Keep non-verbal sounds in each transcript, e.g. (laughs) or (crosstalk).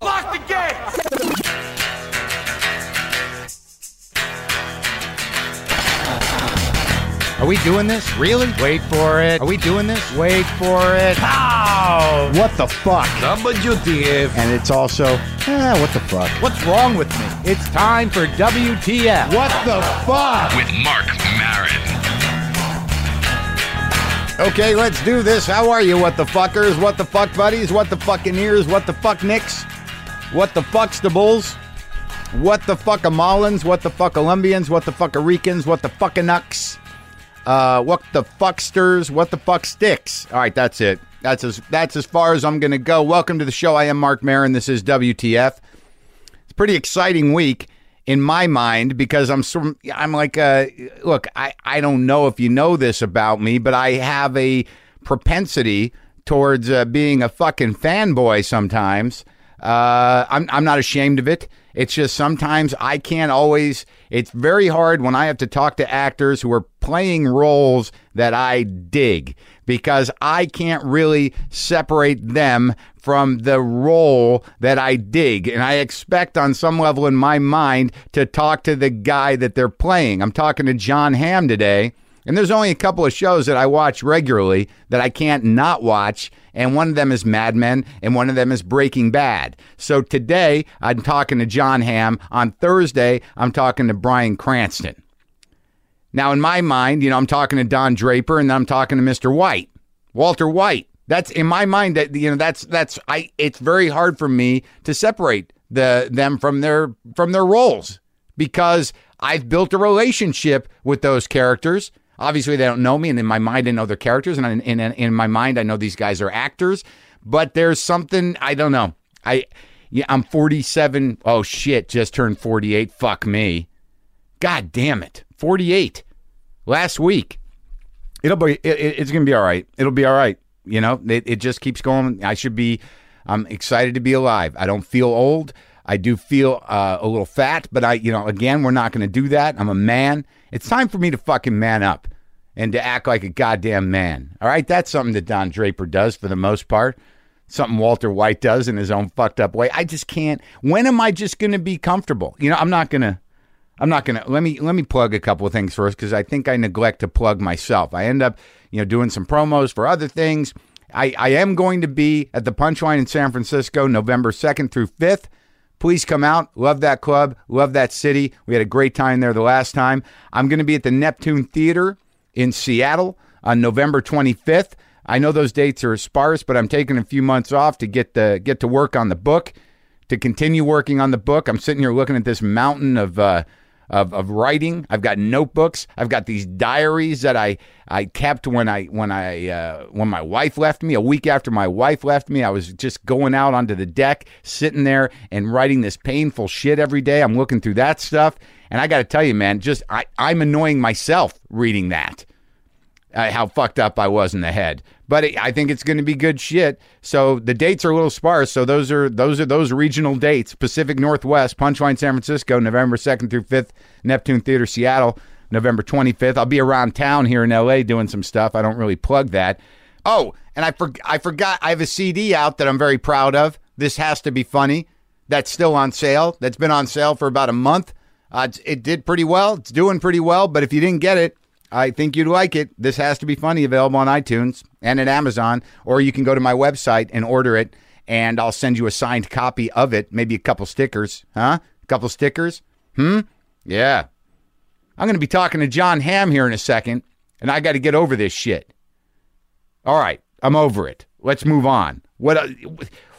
left again. Are we doing this? Really? Wait for it. Are we doing this? Wait for it. Pow! What the fuck? Number duty. And it's also, eh, what the fuck? What's wrong with me? It's time for WTF. What the fuck? With Mark Marin. Okay, let's do this. How are you, what the fuckers? What the fuck buddies? What the fucking ears? What the fuck nicks? What the fucks the bulls? What the fuck Amalans? What the fuck Colombians? What the fuck Aricans? What the fucking Nucks? Uh, what the fucksters? What the fuck sticks? All right, that's it. That's as that's as far as I'm gonna go. Welcome to the show. I am Mark Marin. This is WTF pretty exciting week in my mind because I'm sort of- I'm like uh, look I I don't know if you know this about me but I have a propensity towards uh, being a fucking fanboy sometimes uh, I'm I'm not ashamed of it it's just sometimes I can't always it's very hard when I have to talk to actors who are playing roles that I dig because I can't really separate them from the role that I dig. And I expect, on some level in my mind, to talk to the guy that they're playing. I'm talking to John Hamm today. And there's only a couple of shows that I watch regularly that I can't not watch. And one of them is Mad Men, and one of them is Breaking Bad. So today, I'm talking to John Hamm. On Thursday, I'm talking to Brian Cranston. Now, in my mind, you know, I'm talking to Don Draper and then I'm talking to Mr. White, Walter White. That's in my mind that you know that's that's I it's very hard for me to separate the them from their from their roles because I've built a relationship with those characters. Obviously, they don't know me, and in my mind, I know their characters, and in, in, in my mind, I know these guys are actors. But there's something I don't know. I yeah, I'm 47. Oh shit, just turned 48. Fuck me. God damn it. 48 last week. It'll be, it, it- it's going to be all right. It'll be all right. You know, it, it just keeps going. I should be, I'm excited to be alive. I don't feel old. I do feel uh, a little fat, but I, you know, again, we're not going to do that. I'm a man. It's time for me to fucking man up and to act like a goddamn man. All right. That's something that Don Draper does for the most part. Something Walter White does in his own fucked up way. I just can't. When am I just going to be comfortable? You know, I'm not going to. I'm not gonna let me let me plug a couple of things first because I think I neglect to plug myself. I end up, you know, doing some promos for other things. I, I am going to be at the Punchline in San Francisco, November second through fifth. Please come out. Love that club. Love that city. We had a great time there the last time. I'm going to be at the Neptune Theater in Seattle on November 25th. I know those dates are sparse, but I'm taking a few months off to get the get to work on the book to continue working on the book. I'm sitting here looking at this mountain of uh, of, of writing. I've got notebooks. I've got these diaries that I I kept when I when I uh, when my wife left me. A week after my wife left me, I was just going out onto the deck, sitting there and writing this painful shit every day. I'm looking through that stuff, and I got to tell you, man, just I, I'm annoying myself reading that uh, how fucked up I was in the head. But it, I think it's going to be good shit. So the dates are a little sparse. So those are those are those regional dates: Pacific Northwest, Punchline San Francisco, November second through fifth, Neptune Theater Seattle, November twenty fifth. I'll be around town here in L.A. doing some stuff. I don't really plug that. Oh, and I for, I forgot I have a CD out that I'm very proud of. This has to be funny. That's still on sale. That's been on sale for about a month. Uh, it's- it did pretty well. It's doing pretty well. But if you didn't get it, I think you'd like it. This has to be funny. Available on iTunes and at Amazon, or you can go to my website and order it, and I'll send you a signed copy of it. Maybe a couple stickers, huh? A couple stickers? Hmm. Yeah. I'm going to be talking to John Hamm here in a second, and I got to get over this shit. All right, I'm over it. Let's move on. What? uh,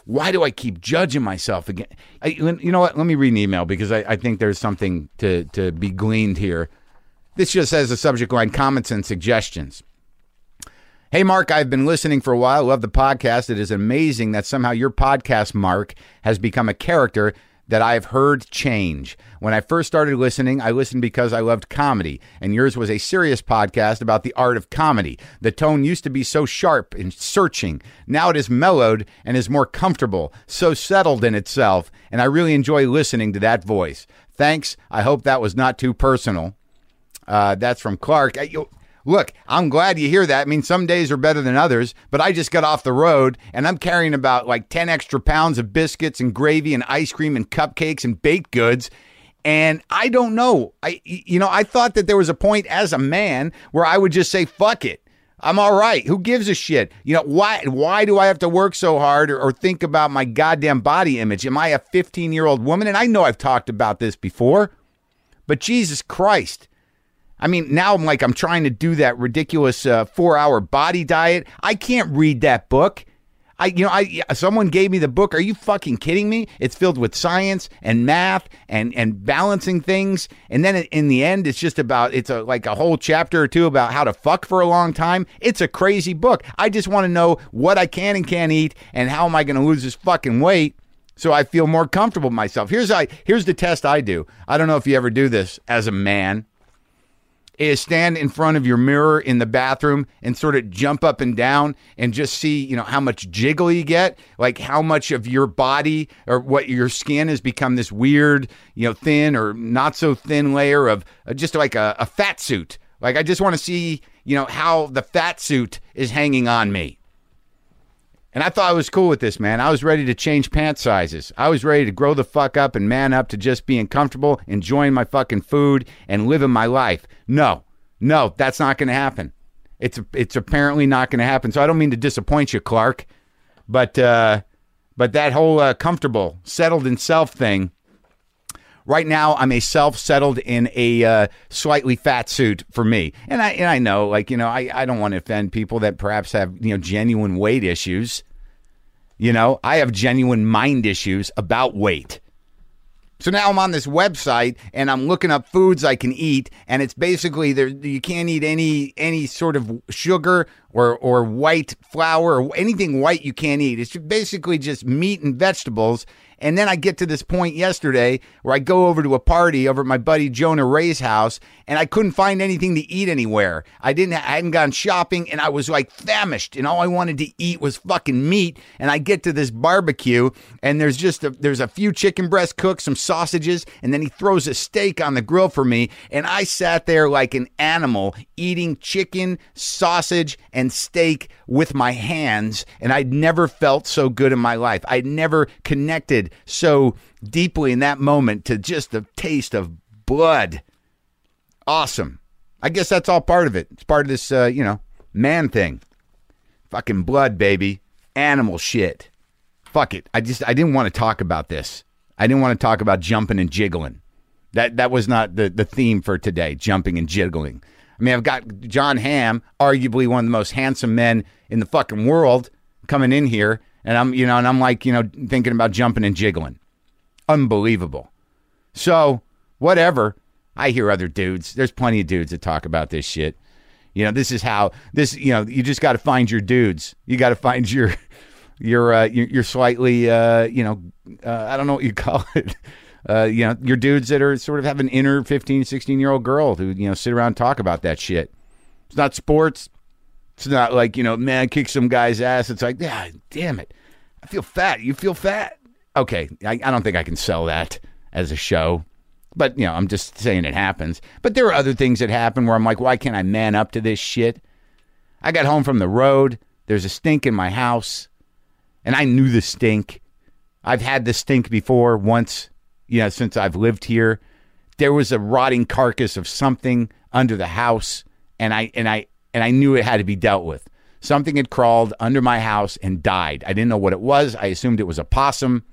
Why do I keep judging myself again? I, you know what? Let me read an email because I, I think there's something to to be gleaned here. This just says the subject line comments and suggestions. Hey, Mark, I've been listening for a while. Love the podcast. It is amazing that somehow your podcast, Mark, has become a character that I have heard change. When I first started listening, I listened because I loved comedy, and yours was a serious podcast about the art of comedy. The tone used to be so sharp and searching. Now it is mellowed and is more comfortable, so settled in itself, and I really enjoy listening to that voice. Thanks. I hope that was not too personal. Uh, that's from Clark. I, you- Look, I'm glad you hear that. I mean, some days are better than others, but I just got off the road and I'm carrying about like 10 extra pounds of biscuits and gravy and ice cream and cupcakes and baked goods. And I don't know. I, you know, I thought that there was a point as a man where I would just say, fuck it. I'm all right. Who gives a shit? You know, why why do I have to work so hard or, or think about my goddamn body image? Am I a 15 year old woman? And I know I've talked about this before, but Jesus Christ. I mean, now I'm like, I'm trying to do that ridiculous uh, four hour body diet. I can't read that book. I, you know, I someone gave me the book. Are you fucking kidding me? It's filled with science and math and and balancing things. And then in the end, it's just about it's a like a whole chapter or two about how to fuck for a long time. It's a crazy book. I just want to know what I can and can't eat and how am I going to lose this fucking weight so I feel more comfortable with myself. Here's I here's the test I do. I don't know if you ever do this as a man is stand in front of your mirror in the bathroom and sort of jump up and down and just see, you know, how much jiggle you get, like how much of your body or what your skin has become this weird, you know, thin or not so thin layer of uh, just like a, a fat suit. Like I just want to see, you know, how the fat suit is hanging on me. And I thought I was cool with this, man. I was ready to change pant sizes. I was ready to grow the fuck up and man up to just being comfortable, enjoying my fucking food, and living my life. No, no, that's not going to happen. It's it's apparently not going to happen. So I don't mean to disappoint you, Clark, but uh, but that whole uh, comfortable, settled in self thing. Right now, I'm a self settled in a uh, slightly fat suit for me, and I and I know, like you know, I, I don't want to offend people that perhaps have you know genuine weight issues. You know, I have genuine mind issues about weight. So now I'm on this website and I'm looking up foods I can eat, and it's basically there you can't eat any any sort of sugar or or white flour or anything white you can't eat. It's basically just meat and vegetables. And then I get to this point yesterday where I go over to a party over at my buddy Jonah Ray's house, and I couldn't find anything to eat anywhere. I didn't I hadn't gone shopping, and I was like famished, and all I wanted to eat was fucking meat. And I get to this barbecue, and there's just a, there's a few chicken breasts cooked, some sausages, and then he throws a steak on the grill for me, and I sat there like an animal eating chicken, sausage, and steak with my hands, and I'd never felt so good in my life. I'd never connected so deeply in that moment to just the taste of blood awesome. I guess that's all part of it. It's part of this, uh, you know, man thing. Fucking blood, baby. Animal shit. Fuck it. I just I didn't want to talk about this. I didn't want to talk about jumping and jiggling. That that was not the the theme for today. Jumping and jiggling. I mean, I've got John Hamm, arguably one of the most handsome men in the fucking world, coming in here, and I'm you know, and I'm like you know thinking about jumping and jiggling. Unbelievable. So, whatever. I hear other dudes. There's plenty of dudes that talk about this shit. You know, this is how this. You know, you just got to find your dudes. You got to find (laughs) your your uh, your, your slightly uh, you know uh, I don't know what you (laughs) call it. Uh, you know, your dudes that are sort of have an inner 15, 16 year old girl who you know sit around and talk about that shit. It's not sports. It's not like you know, man, kick some guy's ass. It's like, yeah, damn it, I feel fat. You feel fat. Okay, I, I don't think I can sell that as a show but you know, I'm just saying it happens. But there are other things that happen where I'm like, why can't I man up to this shit? I got home from the road. There's a stink in my house, and I knew the stink. I've had the stink before once, you know, since I've lived here. There was a rotting carcass of something under the house, and I and I and I knew it had to be dealt with. Something had crawled under my house and died. I didn't know what it was. I assumed it was a possum.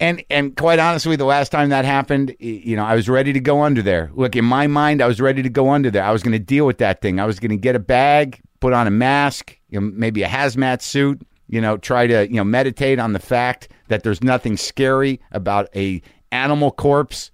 And and quite honestly, the last time that happened, y- you know, I was ready to go under there. Look, in my mind, I was ready to go under there. I was going to deal with that thing. I was going to get a bag, put on a mask, you know, maybe a hazmat suit. You know, try to you know meditate on the fact that there's nothing scary about a animal corpse.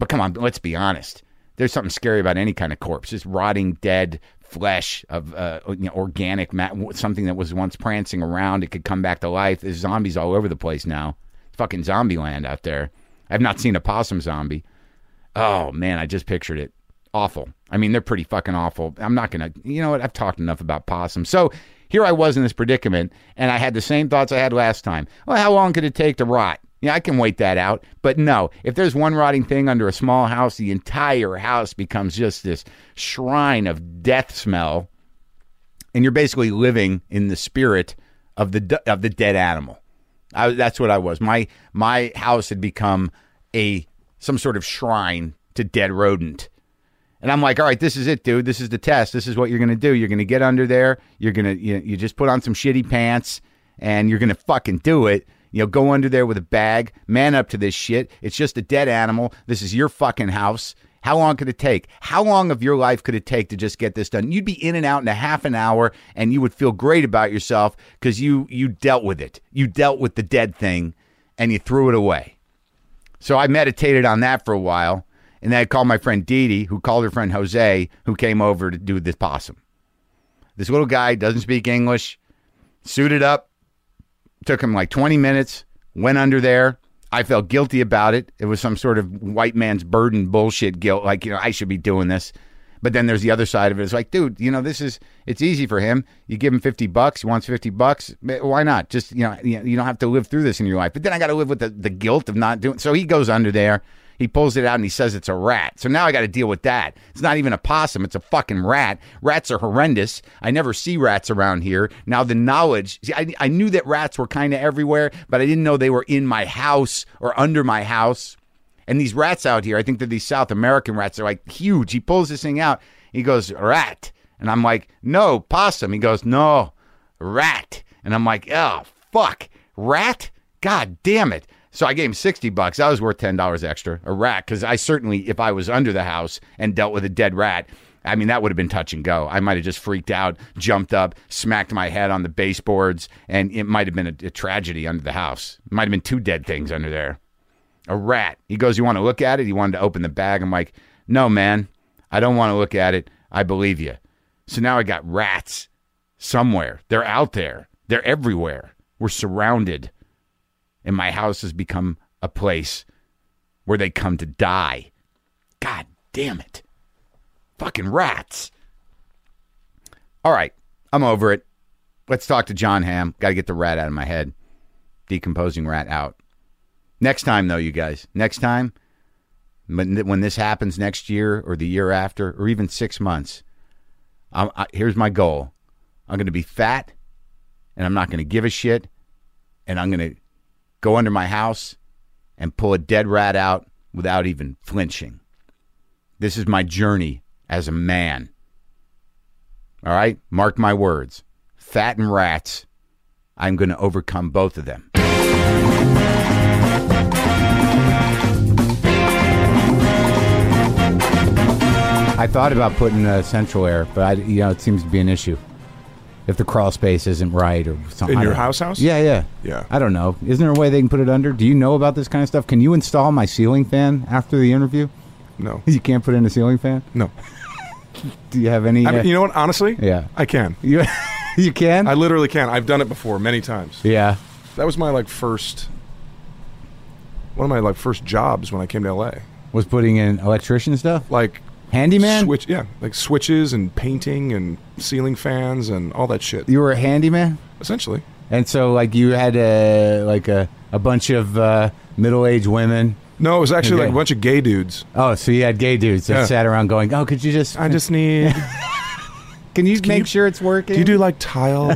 But come on, let's be honest. There's something scary about any kind of corpse. Just rotting, dead flesh of uh, you know, organic mat, something that was once prancing around. It could come back to life. There's zombies all over the place now. Fucking zombie land out there. I've not seen a possum zombie. Oh man, I just pictured it. Awful. I mean, they're pretty fucking awful. I'm not gonna. You know what? I've talked enough about possums. So here I was in this predicament, and I had the same thoughts I had last time. Well, how long could it take to rot? Yeah, I can wait that out. But no, if there's one rotting thing under a small house, the entire house becomes just this shrine of death smell, and you're basically living in the spirit of the de- of the dead animal. I, that's what I was. My my house had become a some sort of shrine to dead rodent. And I'm like, all right, this is it, dude. This is the test. This is what you're gonna do. You're gonna get under there. You're gonna you, you just put on some shitty pants, and you're gonna fucking do it. You know, go under there with a bag. Man up to this shit. It's just a dead animal. This is your fucking house. How long could it take? How long of your life could it take to just get this done? You'd be in and out in a half an hour, and you would feel great about yourself because you you dealt with it. You dealt with the dead thing, and you threw it away. So I meditated on that for a while. And then I called my friend Dee Dee, who called her friend Jose, who came over to do this possum. This little guy doesn't speak English, suited up, took him like 20 minutes, went under there. I felt guilty about it. It was some sort of white man's burden bullshit guilt, like, you know, I should be doing this. But then there's the other side of it. It's like, dude, you know, this is, it's easy for him. You give him 50 bucks, he wants 50 bucks. Ma- Why not? Just, you know, you you don't have to live through this in your life. But then I got to live with the, the guilt of not doing So he goes under there, he pulls it out and he says it's a rat. So now I got to deal with that. It's not even a possum, it's a fucking rat. Rats are horrendous. I never see rats around here. Now the knowledge, see, I, I knew that rats were kind of everywhere, but I didn't know they were in my house or under my house. And these rats out here, I think they're these South American rats. They're like huge. He pulls this thing out. He goes, rat. And I'm like, no, possum. He goes, no, rat. And I'm like, oh, fuck. Rat? God damn it. So I gave him 60 bucks. That was worth $10 extra. A rat. Because I certainly, if I was under the house and dealt with a dead rat, I mean, that would have been touch and go. I might have just freaked out, jumped up, smacked my head on the baseboards, and it might have been a, a tragedy under the house. Might have been two dead things under there a rat. He goes, You want to look at it? He wanted to open the bag. I'm like, No, man, I don't want to look at it. I believe you. So now I got rats somewhere. They're out there, they're everywhere. We're surrounded. And my house has become a place where they come to die. God damn it. Fucking rats. All right, I'm over it. Let's talk to John Ham. Got to get the rat out of my head. Decomposing rat out. Next time, though, you guys, next time, when when this happens next year or the year after or even six months, I'm, I, here's my goal: I'm going to be fat, and I'm not going to give a shit, and I'm going to go under my house and pull a dead rat out without even flinching. This is my journey as a man. All right, mark my words: fat and rats. I'm going to overcome both of them. I thought about putting a central air, but I, you know, it seems to be an issue. If the crawl space isn't right or something. In I your don't- house house? Yeah, yeah. Yeah. I don't know. Isn't there a way they can put it under? Do you know about this kind of stuff? Can you install my ceiling fan after the interview? No. (laughs) You can't put in a ceiling fan? No. (laughs) Do you have any? I mean, uh, you know what? Honestly, Yeah. I can. (laughs) you, you can? I literally can. I've done it before many times. yeah. That was my like first one of my like first jobs when I came to LA. Was putting in electrician stuff? Like Handyman? switch yeah, like switches and painting and ceiling fans and all that shit. You were a handyman? Essentially. And so, like, you had a, like a, a bunch of uh, middle aged women. No, it was actually like Okay. a bunch of gay dudes. Oh, so you had gay dudes that Yeah. sat around going, "Oh, could you just I (laughs) just need can you make you- sure it's working?" Do you do like tile?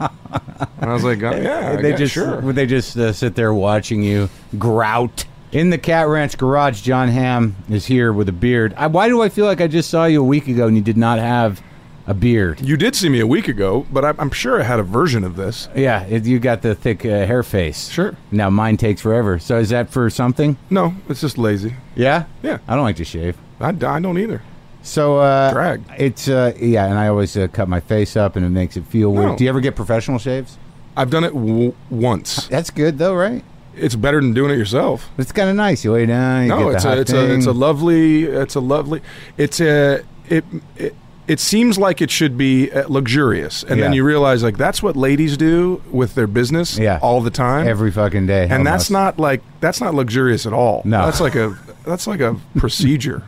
and I was like, uh, yeah, they yeah, just sure. would they just uh, sit there watching you grout in the Cat Ranch garage. John Ham is here with a beard. I, why do I feel like I just saw you a week ago and you did not have a beard? You did see me a week ago, but I'm, I'm sure I had a version of this. Yeah, it, you got the thick uh, hair face. Sure. Now mine takes forever. So is that for something? No, it's just lazy. Yeah. Yeah. I don't like to shave. I, I don't either. So uh, Drag. It's uh, yeah, and I always uh, cut my face up, and it makes it feel weird. No. Do you ever get professional shaves? I've done it w- once. That's good though, right? It's better than doing it yourself. It's kind of nice. You lay down. You No, get it's the hot a, it's thing. a it's a lovely it's a lovely it's a it it, it seems like it should be uh, luxurious, and then Yeah. you realize like that's what ladies do with their business Yeah. all the time, every fucking day. and that's not like that's not luxurious at all. No. that's like a that's like (laughs) a procedure.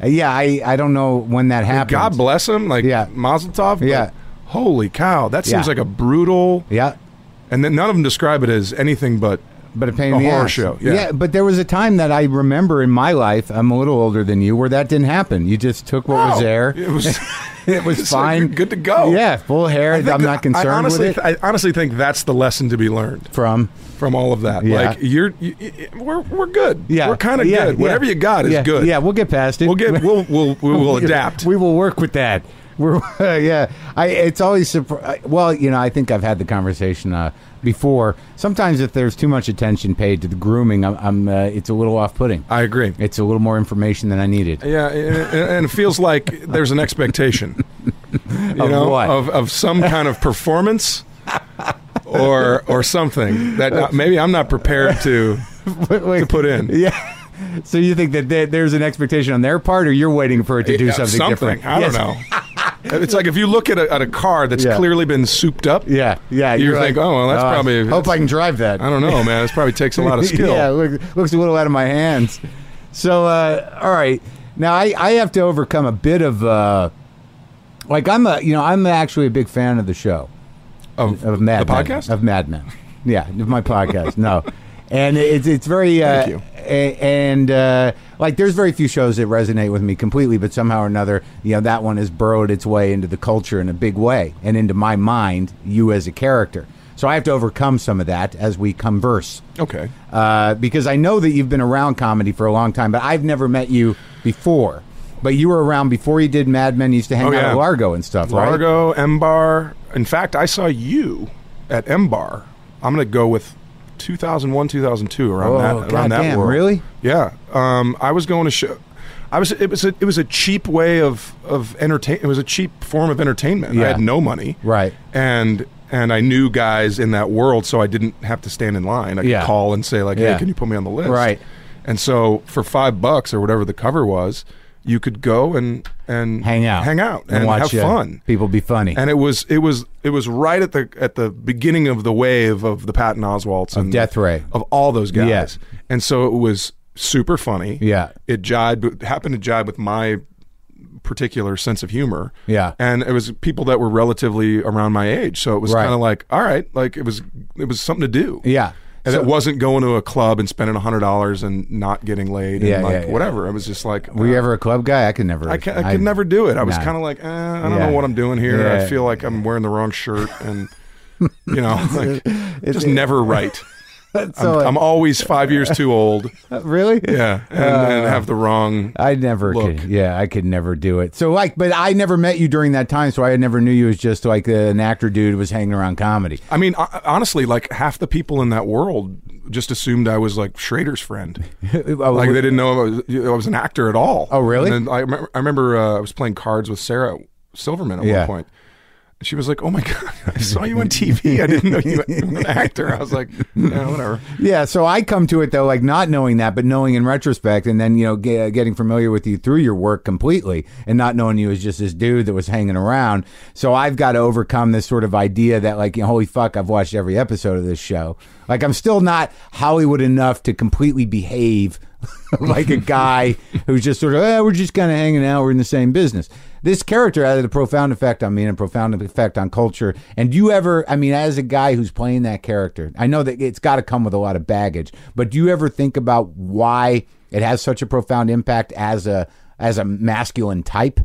not. Uh, Yeah, I I don't know when that happens. God bless him, like Yeah. Mazel Tov. but Yeah. holy cow, that seems Yeah. like a brutal. Yeah. And then none of them describe it as anything but But a pain A in the horror ass. show, yeah. but there was a time that I remember in my life, I'm a little older than you, where that didn't happen. You just took what was No. there. oh, It was (laughs) (laughs) It was it's like, fine. good to go. Yeah, full hair. I think I'm not that- concerned I honestly, with it. I honestly think that's the lesson to be learned from from all of that. Yeah. Like you're, you, you- we're we're good. yeah, we're kind of yeah, good. yeah. Whatever you got is Yeah, good. Yeah, we'll get past it. we'll get we'll we'll we'll, we'll (laughs) We- adapt. We will work with that. (laughs) We're yeah. I it's always surpri- well, you know, I think I've had the conversation uh, before. Sometimes if there's too much attention paid to the grooming, I'm, I'm uh, it's a little off-putting. I agree. It's a little more information than I needed. Yeah, and, and and it feels like there's an expectation, you Of know, what? of of some kind of performance. or or something that not- maybe I'm not prepared to (laughs) Wait, wait. to put in. Yeah. So you think that there- there's an expectation on their part, or you're waiting for it to do Yeah, something, different? I Yes. don't know. it's like if you look at a, at a car that's Yeah. clearly been souped up. Yeah, yeah. You think, oh, well, that's I probably- Hope I can drive that. I don't know, man. This probably takes a lot of skill. (laughs) yeah, look, looks a little out of my hands. So, uh, all right. Now, I, I have to overcome a bit of, uh, like, I'm a, you know, I'm actually a big fan of the show Of, of Mad the Men, podcast. of Mad Men. Yeah, of my (laughs) podcast. no, and it's it's very uh, Thank you. a- and uh, like there's very few shows that resonate with me completely, but somehow or another, you know, that one has burrowed its way into the culture in a big way and into my mind, you as a character. So I have to overcome some of that as we converse. okay. Uh, because I know that you've been around comedy for a long time, but I've never met you before. But you were around before you did Mad Men. You used to hang Oh, out yeah. at Largo and stuff, right? Largo, M Bar. In fact, I saw you at M Bar. I'm going to go with 2001, 2002 around Oh, that around that goddamn, world. really? Yeah. Um, I was going to show. I was. It was. A, it was a cheap way of of entertain. It was a cheap form of entertainment. Yeah. I had no money. Right. And and I knew guys in that world, so I didn't have to stand in line. I could Yeah. call and say like, Yeah. Hey, can you put me on the list? Right. And so for five bucks or whatever the cover was, you could go and and Hang out, hang out, and, watch have uh, fun. People be funny. And it was it was it was right at the at the beginning of the wave of the Patton Oswalts and Death Ray. of all those guys. Yeah. And so it was super funny. Yeah. It jibed happened to jibe with my particular sense of humor. Yeah. And it was people that were relatively around my age. So it was Right. kind of like, all right, like it was it was something to do. yeah. And So it wasn't going to a club and spending hundred dollars and not getting laid Yeah, and like yeah, yeah. whatever. It was just like were you ever a club guy? I could never. I, ca- I could never do it. I was kind of like, eh, I don't Yeah. know what I'm doing here. Yeah. I feel like I'm wearing the wrong shirt, and you (laughs) know, like, just it- Oh, never (laughs) right. of. I'm, I'm always five years too old. uh, really. Yeah, and, and Uh. have the wrong. I never Look. could. Yeah, I could never do it. So like, but I never met you during that time, so I never knew you as just like uh, an actor dude who was hanging around comedy. (laughs) I mean, ho- honestly, like half the people in that world just assumed I was like Schrader's (laughs) friend. Like they didn't know I was, you know, I was an actor at all. Oh, really? And then I remember, I, remember uh, I was playing cards with Sarah Silverman at Yeah. one point. And She was like, "Oh my (laughs) god, I saw you on TV. I didn't know you were an actor." I was like, "Yeah, whatever." Yeah, so I come to it though, like not knowing that, but knowing in retrospect, and then you know ge- getting familiar with you through your work completely, and not knowing you as just this dude that was hanging around. So I've got to overcome this sort of idea that like, you know, holy fuck, I've watched every episode of this show. Like I'm still not Hollywood enough to completely behave (laughs) like a guy who's just sort of, eh, we're just kind of hanging out, we're in the same business. This character had a profound effect on me and a profound effect on culture. And do you ever, I mean, as a guy who's playing that character, I know that it's got to come with a lot of baggage, but do you ever think about why it has such a profound impact as a as a masculine type?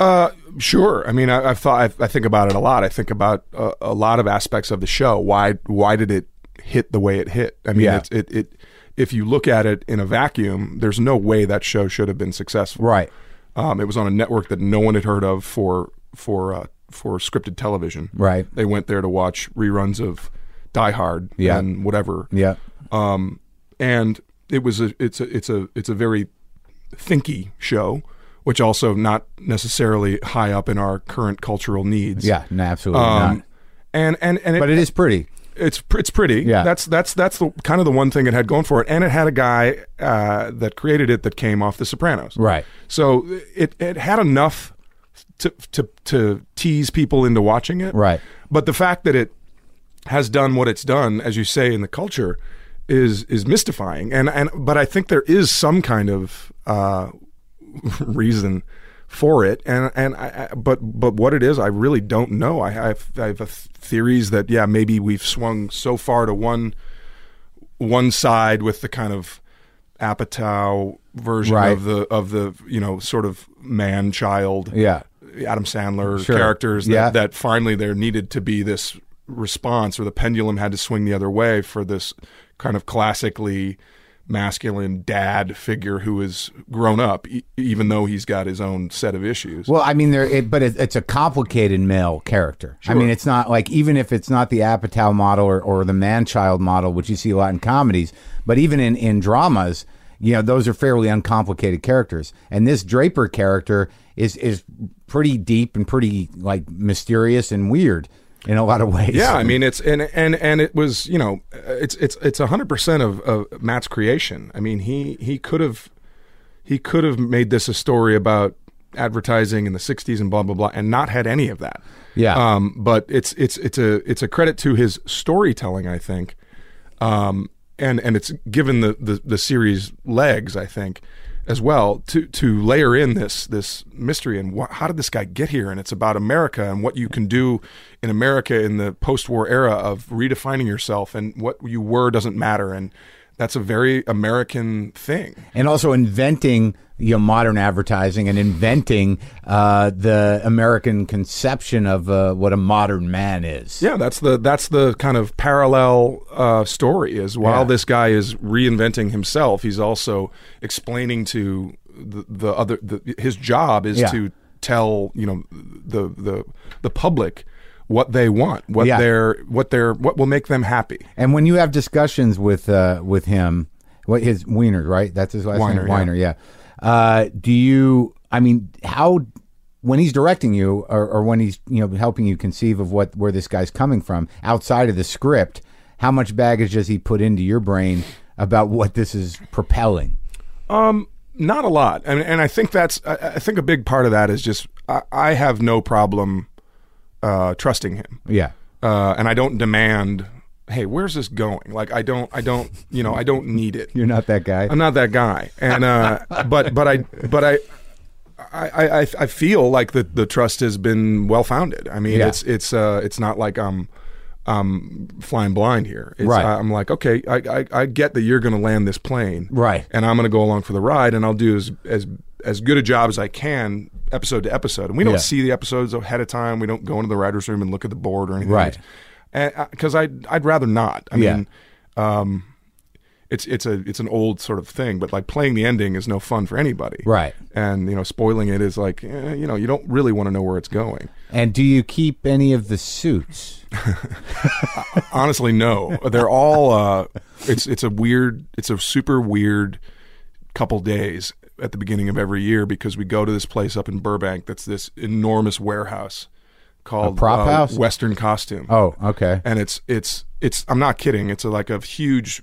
Uh, sure. I mean, I, I've thought. I've, I think about it a lot. I think about uh, a lot of aspects of the show. Why? Why did it hit the way it hit? I mean, Yeah. it's, it it if you look at it in a vacuum, there's no way that show should have been successful. Right. Um, it was on a network that no one had heard of for for uh, for scripted television. Right. They went there to watch reruns of Die Hard Yeah. and whatever. Yeah. Um, and it was a it's a it's a it's a very thinky show, which also not necessarily high up in our current cultural needs. Yeah. No, absolutely Um, not. and and and it, But it is pretty. it's pr- it's pretty. Yeah. That's that's that's the kind of the one thing it had going for it, and it had a guy uh, that created it that came off The Sopranos. Right. So it it had enough to to to tease people into watching it. Right. But the fact that it has done what it's done, as you say, in the culture, is is mystifying. And and but I think there is some kind of uh, (laughs) reason for it. And and I, I, but but what it is, I really don't know. I have I have a th- theories that yeah, maybe we've swung so far to one one side with the kind of Apatow version Right. of the of the you know sort of man child Yeah. Adam Sandler Sure. characters that, Yeah. that finally there needed to be this response or the pendulum had to swing the other way for this kind of classically masculine dad figure who is grown up e- even though he's got his own set of issues. Well, I mean, there, it, but it, it's a complicated male character. I mean, it's not like even if it's not the Apatow model or, or the man-child model, which you see a lot in comedies, but even in in dramas, you know, those are fairly uncomplicated characters. And this Draper character is is pretty deep and pretty like mysterious and weird in a lot of ways. Yeah, I mean it's and and and it was you know it's it's it's hundred percent of, of Matt's creation. I mean he he could have he could have made this a story about advertising in the '60s and blah blah blah, and not had any of that. Yeah. Um, but it's it's it's a it's a credit to his storytelling, I think, um, and and it's given the, the the series legs, I think, as well to to layer in this this mystery and what, how did this guy get here? And it's about America and what you can do in America in the post-war era of redefining yourself and what you were doesn't matter and. That's a very American thing. and also inventing you know, modern advertising and inventing uh, the American conception of uh, what a modern man is. Yeah, that's the that's the kind of parallel uh, story. Is while Yeah. this guy is reinventing himself, he's also explaining to the, the other the, his job is Yeah. to tell you know the the the public what they want, what Yeah. their what their what will make them happy. And when you have discussions with uh, with him, what his Wiener, right? That's his last Weiner, name, yeah. Weiner. Yeah. Uh, do you? I mean, how when he's directing you, or, or when he's you know helping you conceive of what where this guy's coming from outside of the script, how much baggage does he put into your brain about what this is propelling? Not a lot, and and I think that's I, I think a big part of that is just I, I have no problem uh, trusting him. Yeah. uh, and I don't demand. Hey, where's this going? Like I don't, I don't, you know, I don't need it. You're not that guy. I'm not that guy, and (laughs) uh, but but I but I. I, I, I- I feel like the, the trust has been well founded. I mean, Yeah. it's it's uh, it's not like I'm um flying blind here. It's, Right. I'm like, okay, I, I, I get that you're going to land this plane, Right. And I'm going to go along for the ride, and I'll do as as as good a job as I can, episode to episode. And we don't Yeah. see the episodes ahead of time. We don't go into the writers' room and look at the board or anything, Right. Because I uh, I'd rather not. I Yeah. mean, it's it's a it's an old sort of thing, but like playing the ending is no fun for anybody, Right. And you know, spoiling it is like eh, you know you don't really want to know where it's going. And do you keep any of the suits? Honestly, no, (laughs) they're all uh, it's it's a weird it's a super weird couple days at the beginning of every year because we go to this place up in Burbank that's this enormous warehouse called A prop uh, house? Western Costume. Oh, okay. and it's it's it's I'm not kidding. It's a, like a huge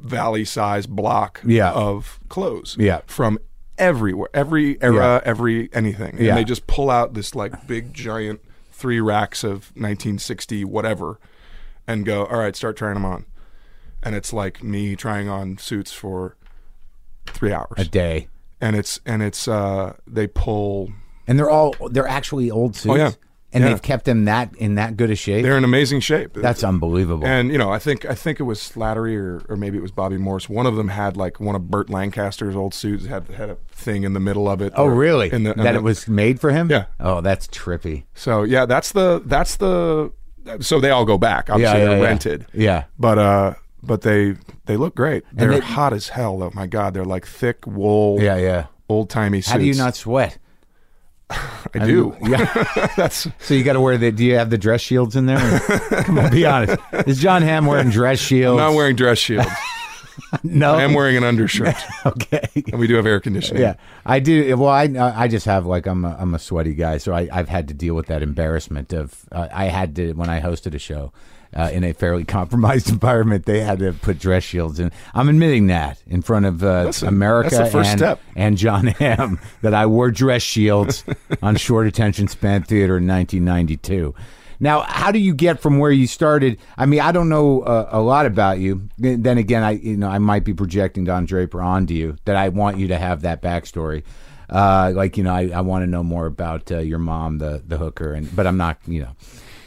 valley sized block Yeah. of clothes. Yeah. From everywhere, every era, every anything. And Yeah. they just pull out this like big giant three racks of 1960 whatever and go, "All right, start trying them on." And it's like me trying on suits for 3 hours. A day. and it's and it's uh they pull And they're all they're actually old suits. Oh, yeah. And Yeah. they've kept them that in that good a shape. they're in amazing shape. That's unbelievable. And you know, I think I think it was Slattery or, or maybe it was Bobby Morse. One of them had like one of Burt Lancaster's old suits had had a thing in the middle of it. oh, or really? In the, in that the- it was made for him? Yeah. Oh, that's trippy. So yeah, that's the that's the. So they all go back. Obviously, yeah, they're yeah. rented. Yeah. But uh, but they they look great. They're they- hot as hell though. My God, they're like thick wool. Yeah, yeah. Old timey suits. How do you not sweat? (sighs) I do. (laughs) Yeah. that's so you got to wear the. Do you have the dress shields in (laughs) there? Come on, be honest. Is John Hamm wearing dress shields? I'm not wearing dress (laughs) shields. No. I am wearing an undershirt, (laughs) okay. and we do have air conditioning. Yeah, I do. Well, I I just have like I'm a, I'm a sweaty guy, so I I've had to deal with that embarrassment of uh, I had to when I hosted a show uh, in a fairly (laughs) compromised environment. They had to put dress shields in. I'm admitting that in front of uh, That's a- America that's the first and, step. and John (laughs) Hamm that I wore dress shields on short attention span theater in 1992. Now, how do you get from where you started? I mean, I don't know uh, a lot about you. Then then again, I you know I might be projecting Don Draper onto you that I want you to have that backstory. Uh, like you know, I, I want to know more about uh, your mom, the the hooker, and but I'm not you know,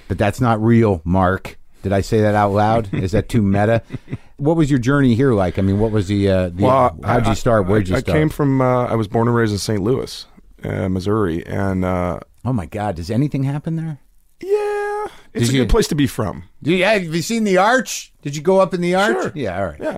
but that's not real, Mark. Did I say that out loud? Is that (laughs) too meta? What was your journey here like? I mean, what was the, uh, the Well, I- how'd you start? I- Where'd you I, start? I came from. Uh, I was born and raised in St. Louis, uh, Missouri, and uh, oh my God, does anything happen there? yeah, it's Did a you- good place to be from. Do you, have you seen the arch? Did you go up in the arch? Sure. Yeah, all right. Yeah.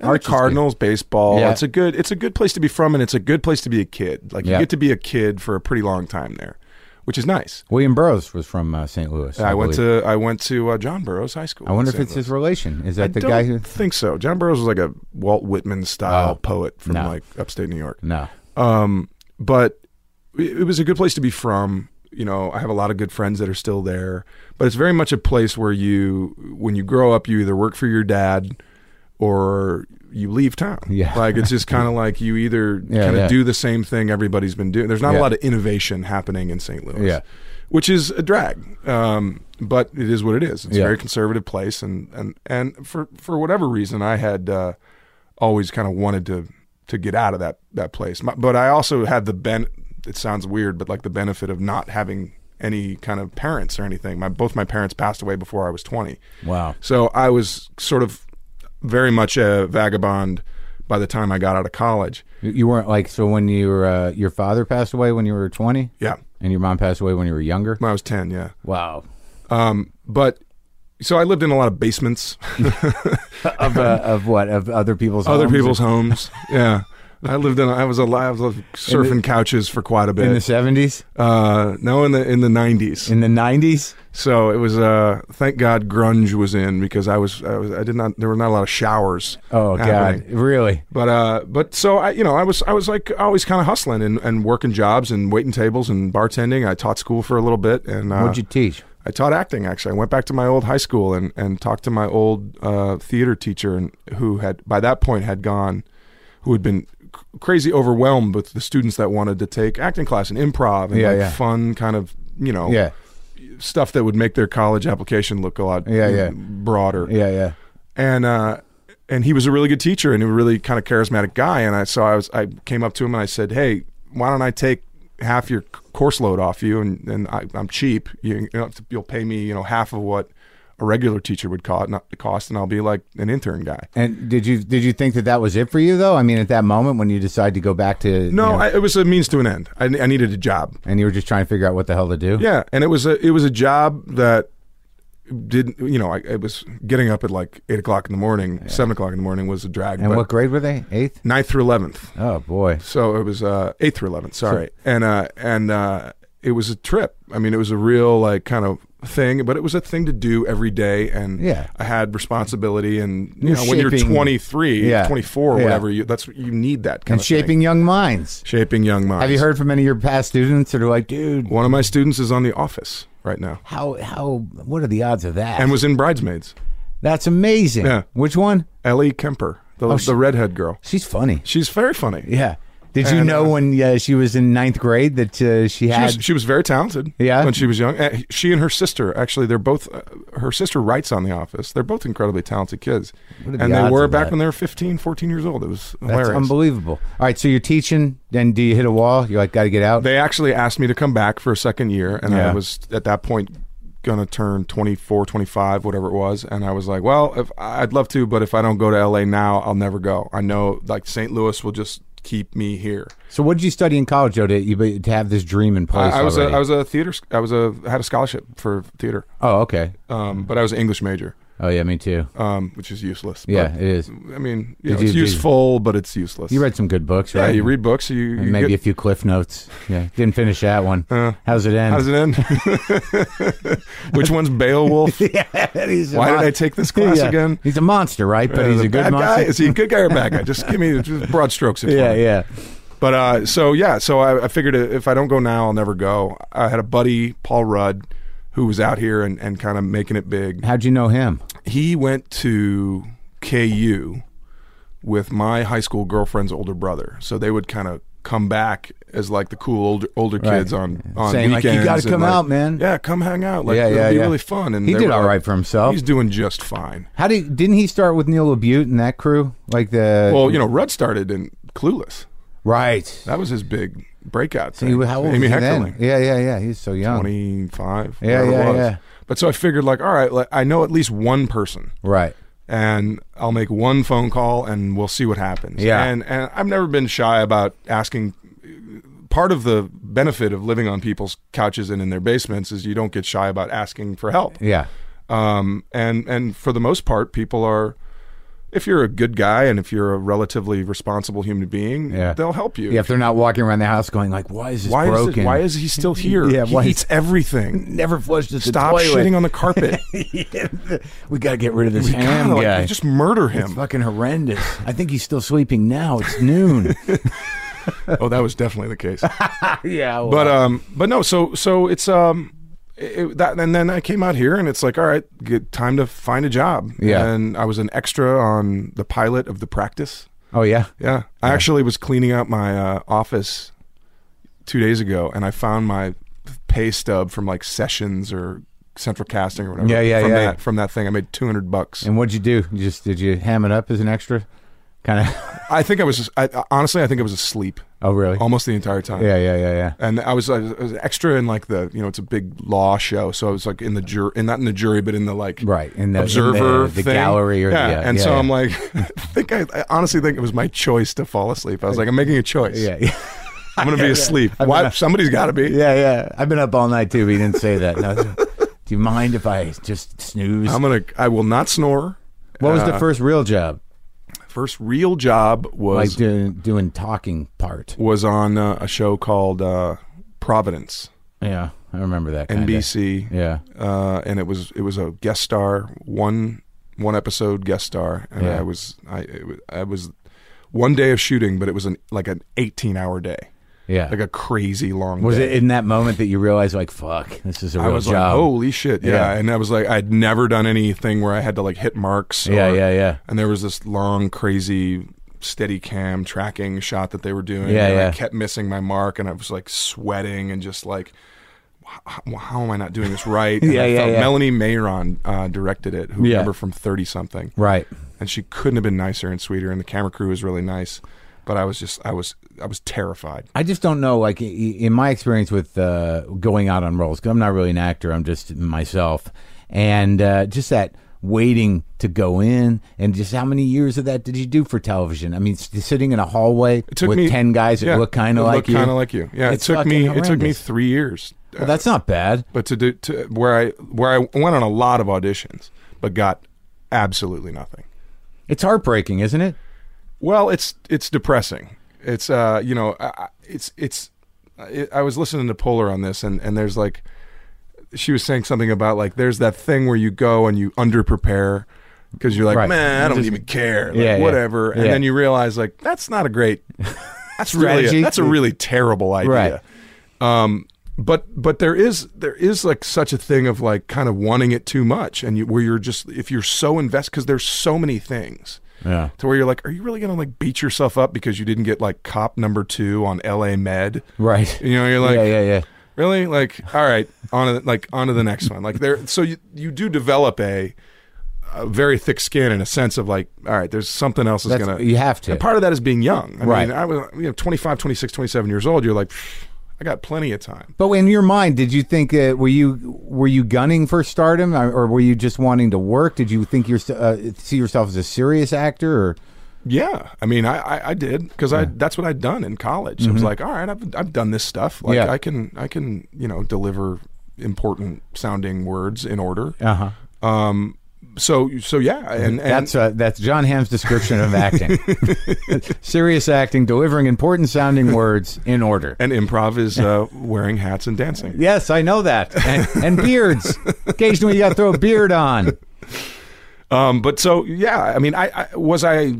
And Arch is the Cardinals baseball. Yeah. It's a good it's a good place to be from and it's a good place to be a kid. Like Yeah. you get to be a kid for a pretty long time there, which is nice. William Burroughs was from uh, St. Louis. I, went believe. to I went to uh, John Burroughs High School. I wonder in if St. it's his Louis. relation. Is that the I guy don't who? think so. John Burroughs was like a Walt Whitman style Oh, poet from no. like upstate New York. No. Um, but it it was a good place to be from. You know, I have a lot of good friends that are still there, but it's very much a place where you, when you grow up, you either work for your dad or you leave town. Yeah. Like it's (laughs) just kind of like you either Yeah, kind of yeah. do the same thing everybody's been doing. There's not Yeah. a lot of innovation happening in St. Louis. Yeah. Which is a drag. Um, but it is what it is. It's Yeah. a very conservative place and, and, and for, for whatever reason I had uh, always kind of wanted to to get out of that that place. My, but I also had the ben. It sounds weird, but like the benefit of not having any kind of parents or anything. My both my parents passed away before I was twenty, Wow. so I was sort of very much a vagabond by the time I got out of college. You- You weren't like so when you were, uh, your father passed away when you were twenty, Yeah, and your mom passed away when you were younger. when I was ten. Yeah, (laughs) Wow. but so I lived in a lot of basements, (laughs) Of uh, of what of other people's other homes? people's (laughs) homes. Yeah. I lived in. I was alive surfing couches for quite a in the bit. seventies, uh, no, in the in the nineties. in the nineties. So it was. Uh, thank God, grunge was in because I was. I, was, I did not. There were not a lot of showers. Oh God, happening. really? But uh, but so I, you know, I was I was like always kind of hustling and, and working jobs and waiting tables and bartending. I taught school for a little bit and uh, What'd you teach? I taught acting. Actually, I went back to my old high school and and talked to my old uh, theater teacher and who had by that point had gone, who had been c- crazy overwhelmed with the students that wanted to take acting class and improv and Yeah, like yeah. fun kind of you know Yeah, stuff that would make their college application look a lot Yeah, yeah. broader. yeah, yeah. And uh, and he was a really good teacher and a really kind of charismatic guy. And I so I was I came up to him and I said, hey, why don't I take half your c- course load off you and and I, I'm cheap. You, you will pay me you know half of what a regular teacher would cost, not cost, and I'll be like an intern guy. And did you did you think that that was it for you though? I mean, at that moment when you decide to go back to you No, know, I, it was a means to an end. I, I needed a job. and you were just trying to figure out what the hell to do. Yeah, and it was a it was a job that didn't you know I it was getting up at like eight o'clock in the morning, seven o'clock in the morning was a drag. And but what grade were they? Eighth. ninth through eleventh, Oh boy. so it was uh, eighth through eleventh. Sorry, and uh, and uh, it was a trip. I mean, it was a real like kind of thing, but it was a thing to do every day, and Yeah. I had responsibility. And you You're know, when you're shaping- 23, Yeah. 24, Yeah. whatever, you, that's you need that kind And of shaping thing. young minds. shaping young minds. Have you heard from any of your past students that are like, dude, One of my students is on The Office right now, how how what are the odds of that? and was in Bridesmaids. That's amazing. Yeah. Which one? Ellie Kemper, the, Oh, the redhead girl. She's funny. She's very funny. Yeah. Did you And, know uh, when uh, she was in ninth grade that uh, she She had? was, she was very talented Yeah? when she was young. Uh, She and her sister, actually, they're both, uh, her sister writes on The Office. They're both incredibly talented kids. What are the and they odds were of back that? when they were 15, 14 years old. It was That's hilarious. unbelievable. All right, so you're teaching, then do you hit a wall? You're like, got to get out. They actually asked me to come back for a second year, and Yeah. I was at that point going to turn 24, 25, whatever it was. And I was like, well, if, I'd love to, but if I don't go to LA now, I'll never go. I know, like, St. Louis will just keep me here. so what did you study in college, though, to, you- to have this dream in place? I, I was a, already? I was a theater. sc- I was a I had a scholarship for theater, oh, okay. um, but I was an English major, Oh yeah, me too. um, which is useless. Yeah, but, it is. I mean, you Did know, it's you- did- useful, but it's useless. You read some good books, yeah, right? you read books. You, you And maybe a get, few cliff notes. Yeah, didn't finish that one. Uh, How's it end? how does it end? (laughs) which one's Beowulf? (laughs) yeah, he's a Why did mon- I take this class Yeah. again? He's a monster, right? But Uh, he's the a good bad guy. monster. Is he a good guy or a bad guy? Just give (laughs) me just broad strokes. if you yeah, want. yeah. But uh, so yeah, so I, I figured if I don't go now, I'll never go. I had a buddy, Paul Rudd, who was out here and, and kind of making it big. How'd you know him? he went to KU with my high school girlfriend's older brother. So they would kind of come back as like the cool older older Right. kids on on Saying, like, weekends. "You gotta and, come like, out, man." Yeah, come hang out. Like, Yeah, it'll yeah, be yeah. really fun. And He they did were all like, right for himself. He's doing just fine. How did didn't he start with Neil Labute and that crew? Like the Well, you know, Rudd started in Clueless. right. That was his big breakout. He, thing. how old Amy was he Heckerling, then? Yeah, yeah, yeah. He's so young. twenty five. Yeah, yeah, yeah. But But so I figured, like, all right, like, I know at least one person, Right. and I'll make one phone call, and we'll see what happens. Yeah. And and I've never been shy about asking. Part of the benefit of living on people's couches and in their basements is you don't get shy about asking for help Yeah. um, and and for the most part, people are. If you're a good guy and if you're a relatively responsible human being, Yeah. they'll help you. Yeah. If they're not walking around the house going like, "Why is this why broken? is it, why is he (laughs) still here? Yeah, he why is- eats (laughs) everything. never flushed the Stop toilet? shitting on the carpet. (laughs) we gotta get rid of this ham God, like, guy. just murder It's him. (laughs) fucking horrendous. I think he's still sleeping now. It's noon. oh, that was definitely the case. (laughs) yeah. Well, but um, but no. So so it's um, it, that and then I came out here and it's like, all right, get time to find a job. Yeah. and I was an extra on the pilot of the practice. oh yeah. Yeah. I actually was cleaning out my uh, office two days ago and I found my pay stub from like Sessions or Central Casting or whatever. Yeah, yeah, from yeah. That, from that thing. I made 200 bucks. And what'd you do? You just did you ham it up as an extra? Kind of. I think I was, just, I, honestly, I think I was asleep (laughs) Oh really? almost the entire time. Yeah. Yeah. Yeah. Yeah. And I was, I was I was extra in like the you know it's a big law show so I was like in the jury and not in the jury but in the like Right, in the- in observer the- the thing. gallery or the- yeah, yeah, and yeah, so yeah. I'm like (laughs) I think I, I honestly think it was my choice to fall asleep I was like I'm making a choice (laughs) Yeah. Yeah. I'm gonna (laughs) be asleep why somebody's got to be Yeah, yeah. I've been up all night too, but you didn't say that. No, do you mind if I just snooze? I'm uh, gonna. I will not snore. what was the first real job? First real job Like was doing doing talking part. was on uh, a show called uh, Providence, Yeah, I remember that. Kinda. NBC. Yeah. Uh, and it was it was a guest star one one episode guest star, and Yeah. I was I it was, I was one day of shooting, but it was an like an 18 hour day, Yeah. like a crazy long. was day. it in that moment that you realized like, fuck, this is a I real was job? like, oh, holy shit, yeah. Yeah. And I was like, I'd never done anything where I had to like hit marks. Yeah, or- yeah, yeah. And there was this long, crazy steady cam tracking shot that they were doing. Yeah, and yeah. I kept missing my mark and I was like sweating and just like, how, how am I not doing this (laughs) right? And Yeah, I yeah, felt- yeah. Melanie Mayron uh, directed it, who Yeah. remember from 30 something. Right. And she couldn't have been nicer and sweeter. And the camera crew was really nice. But I was just, I was, I was terrified. I just don't know. Like i- i- in my experience with uh, going out on roles, 'cause I'm not really an actor. I'm just myself, and uh, just that waiting to go in, and just how many years of that did you do for television? I mean, s- sitting in a hallway It took with me ten guys that yeah, look kind of that like look you. Kind of like you. Yeah. It's it took me. fucking It took me horrendous. three years. Uh, Well, that's not bad. but to do to where I where I went on a lot of auditions, but got absolutely nothing. It's heartbreaking, isn't it? Well, it's it's depressing. It's uh you know I- I, it's it's I I was listening to Polar on this, and and there's like she was saying something about like there's that thing where you go and you underprepare because you're like Right. man I don't Just- even care like, Yeah, yeah. whatever, and Yeah. then you realize like that's not a (laughs) great that's really Strategy. a, that's a really terrible idea. Right. Um, but but there is there is like such a thing of like kind of wanting it too much, and you, where you're just if you're so invested because there's so many things Yeah. to where you're like, are you really gonna like beat yourself up because you didn't get like cop number two on L.A. Med? Right. You know, you're like, yeah, yeah, yeah. really like all right on to the, like on to the next one like there so you you do develop a, a very thick skin and a sense of like all right there's something else is That's- gonna you have to. and part of that is being young I Right. mean I was you know 25 26 27 years old you're like "Pfft, I got plenty of time But in your mind, did you think uh, were you were you gunning for stardom, or or were you just wanting to work? Did you think you uh, see yourself as a serious actor, or yeah I mean I I, I did because I that's what I'd done in college it was like all right I've I've done this stuff like Mm-hmm. Yeah. I can I can you know deliver important sounding words in order uh-huh. um so so yeah and, and That's uh, that's John Hamm's description of acting. (laughs) Serious acting, delivering important sounding words in order. and improv is (laughs) uh, wearing hats and dancing. Yes, I know that. And, and beards. Occasionally, you got to throw a beard on. Um, but so yeah, I mean, I, I was I